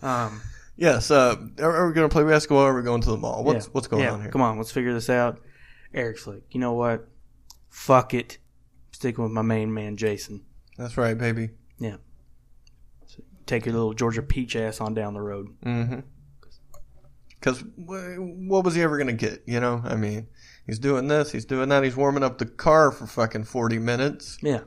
[SPEAKER 2] Um,
[SPEAKER 3] Yes. Uh, are, are we going to play basketball? Or are we going to the mall? What's
[SPEAKER 2] yeah.
[SPEAKER 3] What's going
[SPEAKER 2] Yeah,
[SPEAKER 3] on here?
[SPEAKER 2] Come on, let's figure this out. Eric's like, you know what? Fuck it. I'm sticking with my main man, Jason.
[SPEAKER 3] That's right, baby.
[SPEAKER 2] Take your little Georgia peach ass on down the road.
[SPEAKER 3] Mm-hmm. Because what was he ever going to get? You know, I mean, he's doing this, he's doing that, he's warming up the car for fucking forty minutes.
[SPEAKER 2] Yeah,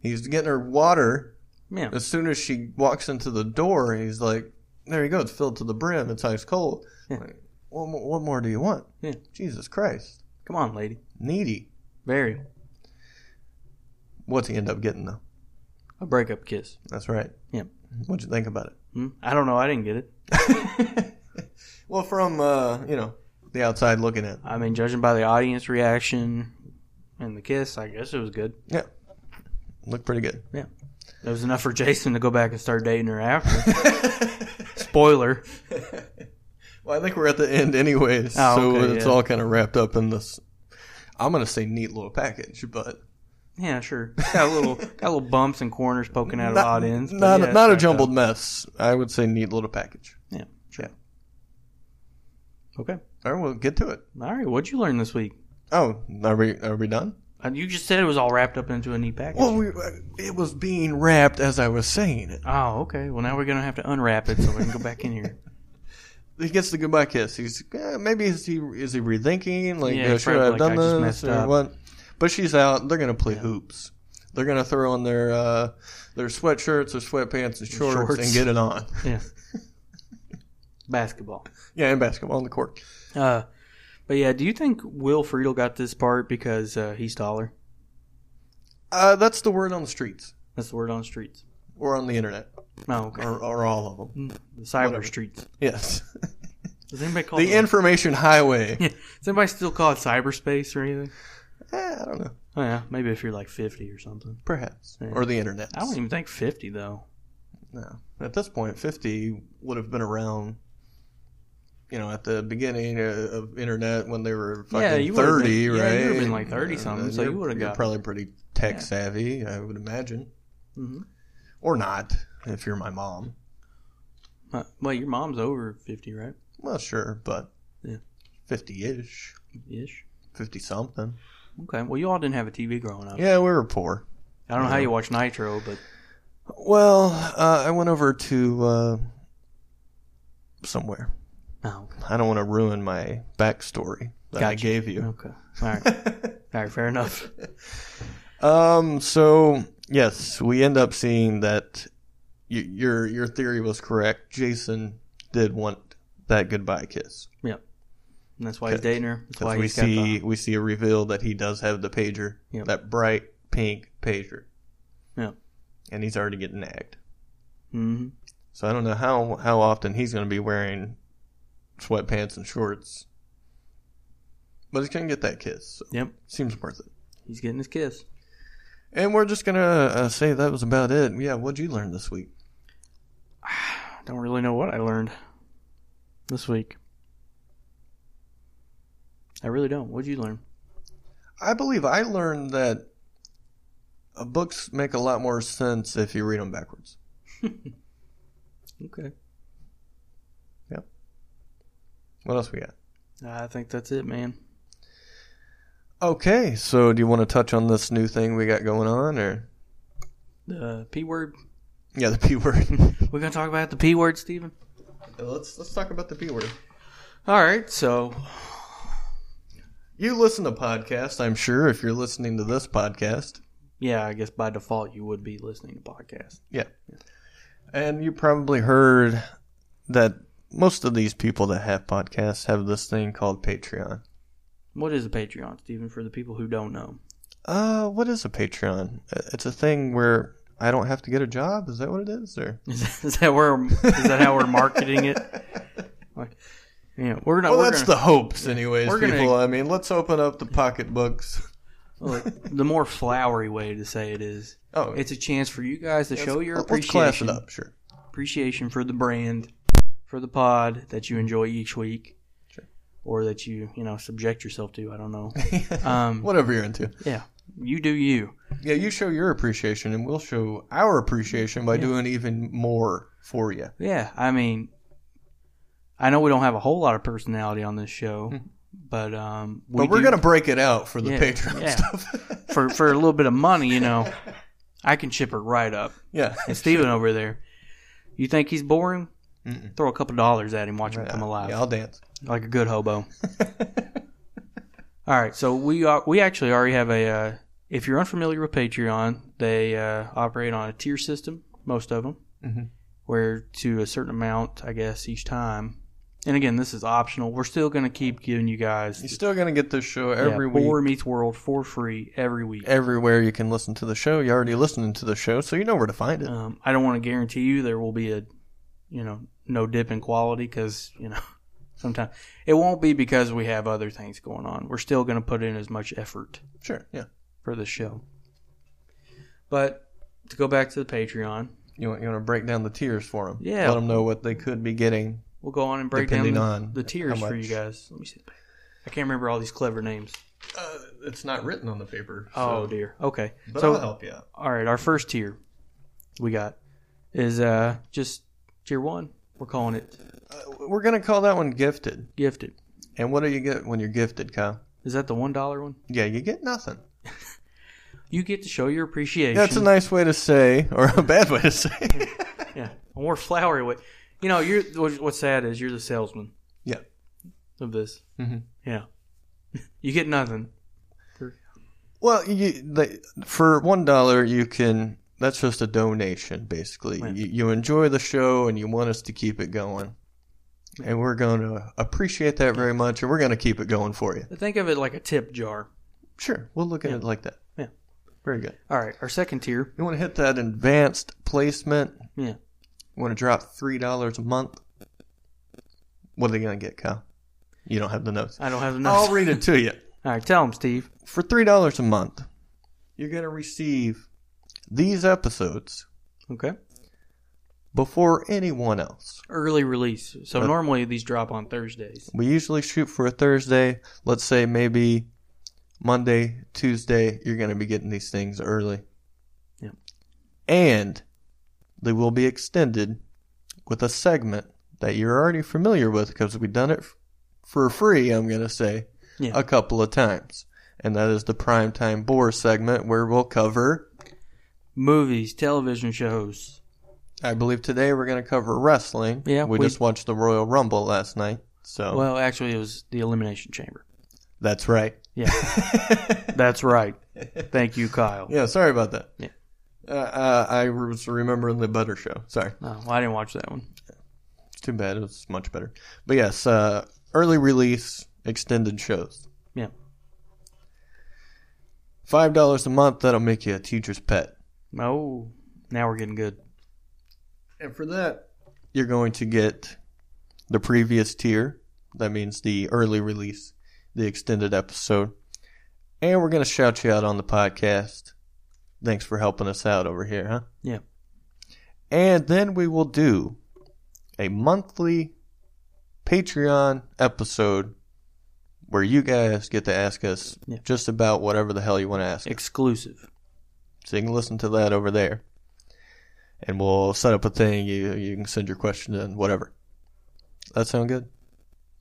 [SPEAKER 3] He's getting her water.
[SPEAKER 2] yeah.
[SPEAKER 3] As soon as she walks into the door, he's like, "There you go, it's filled to the brim, it's ice cold."
[SPEAKER 2] Yeah.
[SPEAKER 3] Like, what, mo- what more do you want?
[SPEAKER 2] Yeah.
[SPEAKER 3] Jesus Christ,
[SPEAKER 2] Come on, lady.
[SPEAKER 3] needy.
[SPEAKER 2] Very.
[SPEAKER 3] What's he end up getting though?
[SPEAKER 2] A breakup kiss.
[SPEAKER 3] That's right.
[SPEAKER 2] Yeah.
[SPEAKER 3] What'd you think about it?
[SPEAKER 2] Hmm? I don't know. I didn't get it.
[SPEAKER 3] Well, from uh, you know the outside looking in.
[SPEAKER 2] I mean, judging by the audience reaction and the kiss, I guess it was good.
[SPEAKER 3] Looked pretty good.
[SPEAKER 2] It was enough for Jason to go back and start dating her after. Spoiler.
[SPEAKER 3] well, I think we're at the end anyways,
[SPEAKER 2] Oh,
[SPEAKER 3] so
[SPEAKER 2] okay,
[SPEAKER 3] it's
[SPEAKER 2] yeah.
[SPEAKER 3] all kind of wrapped up in this. I'm gonna say neat little package, but
[SPEAKER 2] Yeah, sure. Got a little, got little bumps and corners poking out
[SPEAKER 3] not,
[SPEAKER 2] of odd ends. but
[SPEAKER 3] not,
[SPEAKER 2] yeah,
[SPEAKER 3] not a
[SPEAKER 2] it's wrapped
[SPEAKER 3] jumbled
[SPEAKER 2] up.
[SPEAKER 3] mess. I would say neat little package.
[SPEAKER 2] Yeah, sure. Okay.
[SPEAKER 3] All right, we'll get to it.
[SPEAKER 2] All right. What'd you learn this week?
[SPEAKER 3] Oh, are we are we done?
[SPEAKER 2] Uh, You just said it was all wrapped up into a neat package.
[SPEAKER 3] Well, we, uh, it was being wrapped as I was saying it.
[SPEAKER 2] oh, okay. Well, now we're gonna have to unwrap it so we can go back in here.
[SPEAKER 3] He gets the goodbye kiss. He's eh, maybe is he is he rethinking like
[SPEAKER 2] Yeah,
[SPEAKER 3] uh, should
[SPEAKER 2] probably
[SPEAKER 3] I have
[SPEAKER 2] like,
[SPEAKER 3] done
[SPEAKER 2] I just
[SPEAKER 3] this
[SPEAKER 2] messed
[SPEAKER 3] or
[SPEAKER 2] up.
[SPEAKER 3] what? But she's out. They're gonna play
[SPEAKER 2] Yeah.
[SPEAKER 3] hoops. They're gonna throw on their uh, their sweatshirts, their sweatpants, and shorts,
[SPEAKER 2] Shorts.
[SPEAKER 3] and get it on.
[SPEAKER 2] Yeah. Basketball.
[SPEAKER 3] Yeah, and basketball on the court.
[SPEAKER 2] Uh, but yeah, do you think Will Friedle got this part because uh, he's taller?
[SPEAKER 3] Uh, that's the word on the streets
[SPEAKER 2] That's the word on the streets.
[SPEAKER 3] or on the internet
[SPEAKER 2] Oh, okay. Mm,
[SPEAKER 3] or, or all of them.
[SPEAKER 2] The cyber
[SPEAKER 3] whatever.
[SPEAKER 2] streets.
[SPEAKER 3] Yes,
[SPEAKER 2] Does anybody call
[SPEAKER 3] the
[SPEAKER 2] it-
[SPEAKER 3] information highway.
[SPEAKER 2] Yeah. Does anybody still call it cyberspace or anything?
[SPEAKER 3] Eh, I don't know,
[SPEAKER 2] Oh, yeah. Maybe if you're like 50 or something.
[SPEAKER 3] perhaps
[SPEAKER 2] Yeah.
[SPEAKER 3] or the internet.
[SPEAKER 2] I don't even think 50, though.
[SPEAKER 3] No. At this point, 50 would have been around, you know, at the beginning of, of internet when they were fucking
[SPEAKER 2] Yeah, you would have
[SPEAKER 3] 30, right?
[SPEAKER 2] been- yeah, you would have been like 30
[SPEAKER 3] And uh,
[SPEAKER 2] something, so
[SPEAKER 3] you're-
[SPEAKER 2] you would have
[SPEAKER 3] you're
[SPEAKER 2] got-
[SPEAKER 3] probably pretty tech savvy, I would imagine.
[SPEAKER 2] Mm-hmm.
[SPEAKER 3] Or not, if you're my mom.
[SPEAKER 2] Uh, well, your mom's over 50, right?
[SPEAKER 3] Well, sure, but
[SPEAKER 2] Yeah.
[SPEAKER 3] 50 ish,
[SPEAKER 2] Ish.
[SPEAKER 3] 50 something.
[SPEAKER 2] Okay. Well, you all didn't have a TV growing up.
[SPEAKER 3] Yeah, we were poor.
[SPEAKER 2] I don't know how
[SPEAKER 3] Yeah.
[SPEAKER 2] you watch Nitro, but
[SPEAKER 3] Well, uh, I went over to uh, somewhere.
[SPEAKER 2] no.
[SPEAKER 3] I don't want to ruin my backstory that I
[SPEAKER 2] Gotcha.
[SPEAKER 3] gave you.
[SPEAKER 2] Okay. All right. all right. Fair enough.
[SPEAKER 3] Um. So yes, we end up seeing that y- your your theory was correct. Jason did want that goodbye kiss
[SPEAKER 2] And that's why he's
[SPEAKER 3] Okay.
[SPEAKER 2] dating her. That's
[SPEAKER 3] because
[SPEAKER 2] why
[SPEAKER 3] we
[SPEAKER 2] he's got the-
[SPEAKER 3] see we see a reveal that he does have the pager,
[SPEAKER 2] Yep.
[SPEAKER 3] that bright pink pager.
[SPEAKER 2] Yep.
[SPEAKER 3] And he's already getting nagged.
[SPEAKER 2] Mhm.
[SPEAKER 3] So I don't know how how often he's going to be wearing sweatpants and shorts, but he's going to get that kiss. So
[SPEAKER 2] Yep.
[SPEAKER 3] Seems worth it.
[SPEAKER 2] He's getting his kiss.
[SPEAKER 3] And we're just gonna uh, say that was about it. Yeah. What'd you learn this week?
[SPEAKER 2] I don't really know what I learned this week. I really don't. What'd you learn?
[SPEAKER 3] I believe I learned that uh, books make a lot more sense if you read them backwards.
[SPEAKER 2] Okay.
[SPEAKER 3] What else we got?
[SPEAKER 2] I think that's it, man.
[SPEAKER 3] Okay, so do you want to touch on this new thing we got going on, or
[SPEAKER 2] The P word.
[SPEAKER 3] yeah, the p word?
[SPEAKER 2] We're going to talk about the P word, Steven.
[SPEAKER 3] let's let's talk about the p word.
[SPEAKER 2] All right. So,
[SPEAKER 3] You listen to podcasts, I'm sure. If you're listening to this podcast,
[SPEAKER 2] yeah, I guess by default, you would be listening to podcasts.
[SPEAKER 3] and you probably heard that most of these people that have podcasts have this thing called Patreon.
[SPEAKER 2] What is a Patreon, Stephen, for the people who don't know?
[SPEAKER 3] Uh, what is a Patreon? Uh, It's a thing where I don't have to get a job. Is that what it is? Or
[SPEAKER 2] Is that, is that where is that how we're marketing it? Like, yeah, we're not.
[SPEAKER 3] well,
[SPEAKER 2] we're
[SPEAKER 3] that's
[SPEAKER 2] gonna,
[SPEAKER 3] the hopes, anyways.
[SPEAKER 2] We're gonna-
[SPEAKER 3] people, I mean, let's open up the pocketbooks.
[SPEAKER 2] like, the more flowery way to say it is.
[SPEAKER 3] Oh,
[SPEAKER 2] It's a chance for you guys to
[SPEAKER 3] let's-
[SPEAKER 2] show your
[SPEAKER 3] Let's class
[SPEAKER 2] appreciation
[SPEAKER 3] it up, sure.
[SPEAKER 2] appreciation for the brand, for the pod that you enjoy each week,
[SPEAKER 3] Sure.
[SPEAKER 2] or that you you know subject yourself to. I don't know. Um,
[SPEAKER 3] Whatever you're into.
[SPEAKER 2] Yeah, you do you.
[SPEAKER 3] Yeah, you show your appreciation, and we'll show our appreciation by doing even more for you.
[SPEAKER 2] Yeah, I mean, I know we don't have a whole lot of personality on this show, but um, we
[SPEAKER 3] Hmm. but we're
[SPEAKER 2] do-
[SPEAKER 3] gonna break it out for the
[SPEAKER 2] Yeah,
[SPEAKER 3] Patreon
[SPEAKER 2] yeah.
[SPEAKER 3] stuff.
[SPEAKER 2] for for a little bit of money, you know, I can ship her right up.
[SPEAKER 3] yeah,
[SPEAKER 2] And Steven over there, you think he's boring?
[SPEAKER 3] Mm-mm.
[SPEAKER 2] Throw a couple dollars at him, watch him come alive.
[SPEAKER 3] Yeah, I'll dance.
[SPEAKER 2] like a good hobo. All right, so we are, we actually already have a. Uh, if you're unfamiliar with Patreon, they uh, operate on a tier system, most of them,
[SPEAKER 3] Mhm.
[SPEAKER 2] where to a certain amount, I guess, each time. And again, this is optional. We're still going to keep giving you guys
[SPEAKER 3] You're still gonna get this show every
[SPEAKER 2] yeah,
[SPEAKER 3] week.
[SPEAKER 2] Boar Meets World for free every week.
[SPEAKER 3] Everywhere you can listen to the show, you're already listening to the show, so you know where to find it.
[SPEAKER 2] Um, I don't want to guarantee you there will be a, you know, no dip in quality because you know sometimes it won't be because we have other things going on. We're still going to put in as much effort.
[SPEAKER 3] Sure, yeah.
[SPEAKER 2] for the show. But to go back to the Patreon,
[SPEAKER 3] You want you want to break down the tiers for them?
[SPEAKER 2] Yeah.
[SPEAKER 3] Let them know what they could be getting.
[SPEAKER 2] we'll go on and break
[SPEAKER 3] Depending
[SPEAKER 2] down
[SPEAKER 3] on
[SPEAKER 2] the, the tiers
[SPEAKER 3] how
[SPEAKER 2] for you
[SPEAKER 3] much.
[SPEAKER 2] guys. Let me see. I can't remember all these clever names.
[SPEAKER 3] Uh, it's not written on the paper.
[SPEAKER 2] Oh dear. Okay.
[SPEAKER 3] But
[SPEAKER 2] so
[SPEAKER 3] I'll help you out.
[SPEAKER 2] all right, our first tier we got is uh just tier one. We're calling it
[SPEAKER 3] Uh, we're gonna call that one gifted.
[SPEAKER 2] gifted.
[SPEAKER 3] And what do you get when you're gifted, Kyle?
[SPEAKER 2] Is that the one dollar one?
[SPEAKER 3] Yeah, you get nothing.
[SPEAKER 2] You get to show your appreciation.
[SPEAKER 3] That's a nice way to say, or a bad way to say.
[SPEAKER 2] yeah, a more flowery way. You know, you're what- what's sad is you're the salesman.
[SPEAKER 3] Yeah.
[SPEAKER 2] Of this.
[SPEAKER 3] Mhm.
[SPEAKER 2] Yeah. you get nothing.
[SPEAKER 3] Well, you, the, for one dollar, you can. That's just a donation, basically.
[SPEAKER 2] Right.
[SPEAKER 3] You, you enjoy the show and you want us to keep it going, and we're going to appreciate that very much, and we're going to keep it going for you.
[SPEAKER 2] Think of it like a tip jar.
[SPEAKER 3] Sure, we'll look at
[SPEAKER 2] Yeah.
[SPEAKER 3] it like that.
[SPEAKER 2] Yeah.
[SPEAKER 3] very good.
[SPEAKER 2] All right, our second tier.
[SPEAKER 3] You want to hit that advanced placement?
[SPEAKER 2] Yeah.
[SPEAKER 3] You want to drop three dollars a month? What are they going to get, Kyle? You don't have the notes.
[SPEAKER 2] I don't have enough.
[SPEAKER 3] I'll read it to you.
[SPEAKER 2] All right, tell him, Steve.
[SPEAKER 3] for three dollars a month, you're gonna receive these episodes
[SPEAKER 2] Okay.
[SPEAKER 3] before anyone else.
[SPEAKER 2] Early release. So
[SPEAKER 3] Uh,
[SPEAKER 2] normally these drop on Thursdays.
[SPEAKER 3] We usually shoot for a Thursday. Let's say maybe Monday, Tuesday. You're gonna be getting these things early.
[SPEAKER 2] Yeah.
[SPEAKER 3] And they will be extended with a segment that you're already familiar with because we've done it f- for free. I'm gonna say
[SPEAKER 2] Yeah.
[SPEAKER 3] a couple of times. And that is the primetime bore segment where we'll cover
[SPEAKER 2] Movies, television shows.
[SPEAKER 3] I believe today we're going to cover wrestling.
[SPEAKER 2] Yeah,
[SPEAKER 3] we,
[SPEAKER 2] we-
[SPEAKER 3] just watched the Royal Rumble last night, so
[SPEAKER 2] Well, actually, it was the Elimination Chamber.
[SPEAKER 3] that's right.
[SPEAKER 2] Yeah, that's right. Thank you, Kyle.
[SPEAKER 3] Yeah, sorry about that.
[SPEAKER 2] Yeah.
[SPEAKER 3] uh, uh, I was remembering the Butter Show. Sorry,
[SPEAKER 2] Oh, well, I didn't watch that one.
[SPEAKER 3] it's too bad. It was much better. But yes, uh, early release extended shows.
[SPEAKER 2] Yeah.
[SPEAKER 3] Five dollars a month. That'll make you a teacher's pet.
[SPEAKER 2] Oh, now we're getting good.
[SPEAKER 3] And for that, you're going to get the previous tier. That means the early release, the extended episode. And we're going to shout you out on the podcast. Thanks for helping us out over here, huh?
[SPEAKER 2] Yeah.
[SPEAKER 3] And then we will do a monthly Patreon episode where you guys get to ask us
[SPEAKER 2] Yeah.
[SPEAKER 3] just about whatever the hell you want to ask.
[SPEAKER 2] Exclusive.
[SPEAKER 3] So you can listen to that over there. And we'll set up a thing. You you can send your question in, whatever. That sound good?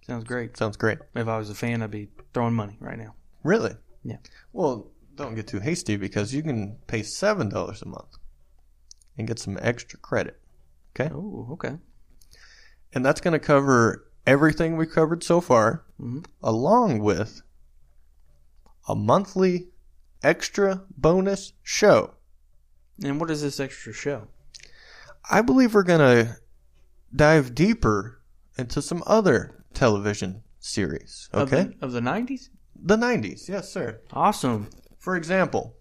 [SPEAKER 2] Sounds great.
[SPEAKER 3] Sounds great.
[SPEAKER 2] If I was a fan, I'd be throwing money right now.
[SPEAKER 3] Really?
[SPEAKER 2] Yeah.
[SPEAKER 3] Well, don't get too hasty because you can pay seven dollars a month and get some extra credit.
[SPEAKER 2] Oh, okay.
[SPEAKER 3] And that's gonna cover everything we covered so far,
[SPEAKER 2] Mhm.
[SPEAKER 3] along with a monthly extra bonus show.
[SPEAKER 2] And what is this extra show?
[SPEAKER 3] I believe we're going to dive deeper into some other television series. Okay,
[SPEAKER 2] Of the, of the 90s?
[SPEAKER 3] the '90s. Yes, sir.
[SPEAKER 2] Awesome.
[SPEAKER 3] For example,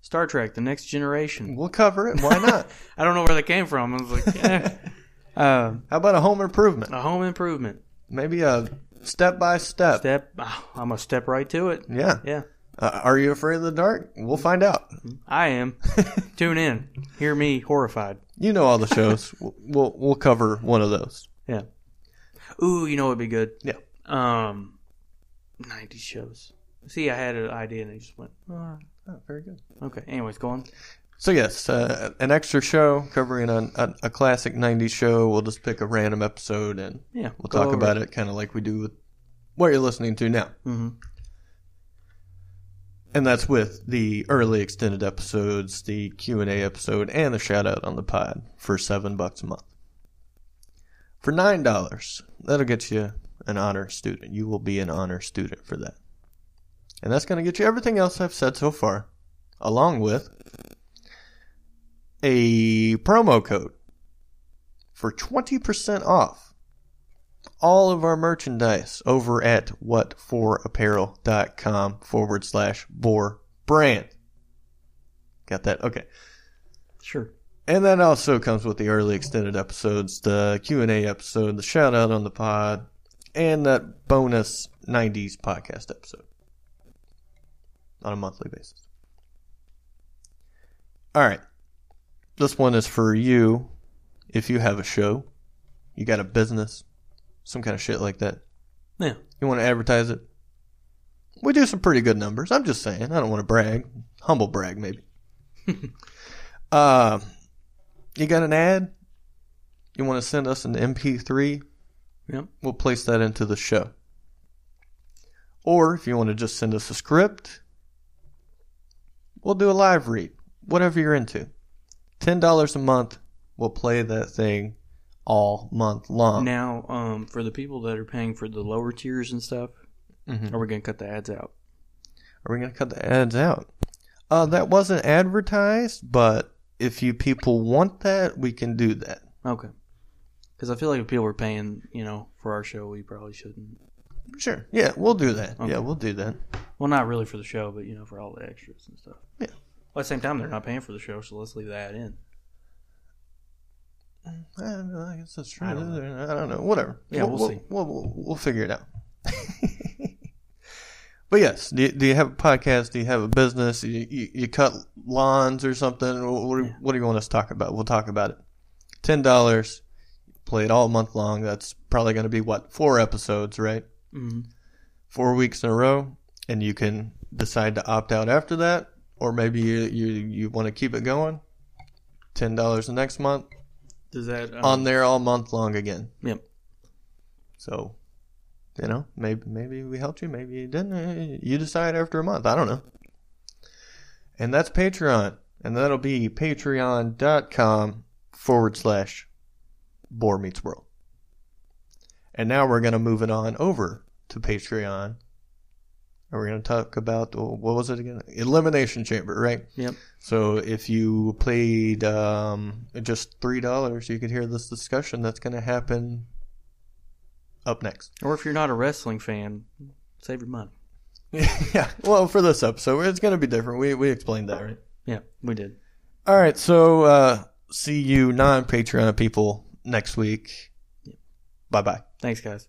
[SPEAKER 2] Star Trek, The Next Generation.
[SPEAKER 3] we'll cover it. Why not?
[SPEAKER 2] I don't know where that came from. I was like, eh. uh,
[SPEAKER 3] How about a home improvement?
[SPEAKER 2] a home improvement.
[SPEAKER 3] Maybe a step by step.
[SPEAKER 2] Step. ah, I'm going to step right to it.
[SPEAKER 3] Yeah.
[SPEAKER 2] Yeah.
[SPEAKER 3] Uh, are you afraid of the dark? We'll find out.
[SPEAKER 2] I am. Tune in. Hear me horrified.
[SPEAKER 3] You know all the shows. we'll, we'll we'll cover one of those.
[SPEAKER 2] Yeah. Ooh, you know it'd be good.
[SPEAKER 3] Yeah.
[SPEAKER 2] Um, 90 shows. See, I had an idea and I just went, "Ah."
[SPEAKER 3] Oh, very good.
[SPEAKER 2] okay. Anyways, go on.
[SPEAKER 3] So yes, uh, an extra show covering an, a, a classic '90s show. We'll just pick a random episode and
[SPEAKER 2] Yeah.
[SPEAKER 3] we'll talk about it, kind of like we do with what you're listening to now.
[SPEAKER 2] hmm
[SPEAKER 3] And that's with the early extended episodes, the Q and A episode, and the shout out on the pod for seven bucks a month. For nine dollars, that'll get you an honor student. You will be an honor student for that, and that's going to get you everything else I've said so far, along with a promo code for twenty percent off all of our merchandise over at whatforapparel.com forward slash bore brand. Got that? Okay.
[SPEAKER 2] Sure.
[SPEAKER 3] And that also comes with the early extended episodes, the Q and A episode, the shout out on the pod, and that bonus '90s podcast episode on a monthly basis. All right, this one is for you. If you have a show, you got a business, some kind of shit like that.
[SPEAKER 2] Yeah.
[SPEAKER 3] You want to advertise it? We do some pretty good numbers. I'm just saying. I don't want to brag. Humble brag, maybe. uh, you got an ad? You want to send us an MP3?
[SPEAKER 2] Yep.
[SPEAKER 3] We'll place that into the show. Or if you want to just send us a script, we'll do a live read. Whatever you're into. $10 a month. We'll play that thing all month long.
[SPEAKER 2] Now, um, for the people that are paying for the lower tiers and stuff,
[SPEAKER 3] Mhm.
[SPEAKER 2] are we going to cut the ads out?
[SPEAKER 3] Are we gonna cut the ads out? Uh, that wasn't advertised, but if you people want that, we can do that.
[SPEAKER 2] Okay. Because I feel like if people were paying, you know, for our show, we probably shouldn't.
[SPEAKER 3] Sure. Yeah, we'll do that.
[SPEAKER 2] Okay.
[SPEAKER 3] Yeah, we'll do that.
[SPEAKER 2] Well, not really for the show, but you know, for all the extras and stuff.
[SPEAKER 3] Yeah.
[SPEAKER 2] Well, at the same time, they're not paying for the show, so let's leave that in.
[SPEAKER 3] I guess that's true.
[SPEAKER 2] I
[SPEAKER 3] I
[SPEAKER 2] don't
[SPEAKER 3] don't know. Whatever.
[SPEAKER 2] Yeah, we'll
[SPEAKER 3] we'll
[SPEAKER 2] see.
[SPEAKER 3] We'll, we'll, we'll figure it out. but yes, do you, do you have a podcast? Do you have a business? You, you, you cut lawns or something? What, what, do-
[SPEAKER 2] Yeah.
[SPEAKER 3] what do you want us to talk about? We'll talk about it. Ten dollars. Play it all month long. That's probably going to be what four episodes, right?
[SPEAKER 2] Mm-hmm.
[SPEAKER 3] four weeks in a row, and you can decide to opt out after that, or maybe you you, you want to keep it going. Ten dollars the next month
[SPEAKER 2] Does that um,
[SPEAKER 3] on there all month long again.
[SPEAKER 2] Yep.
[SPEAKER 3] So, you know, maybe maybe we helped you, maybe you didn't. Eh, You decide after a month. I don't know. And that's Patreon, and that'll be patreon.com forward slash bore meets world. And now we're gonna move it on over to Patreon, and we're gonna talk about oh, what was it again? Elimination Chamber, right?
[SPEAKER 2] Yep.
[SPEAKER 3] So if you played um, just three dollars, you could hear this discussion that's going to happen up next.
[SPEAKER 2] Or if you're not a wrestling fan, save your money.
[SPEAKER 3] yeah. Well, for this episode, it's going to be different. We we explained that, right?
[SPEAKER 2] Yeah, we did.
[SPEAKER 3] All right. So uh, see you non Patreon people next week. Bye bye.
[SPEAKER 2] Thanks, guys.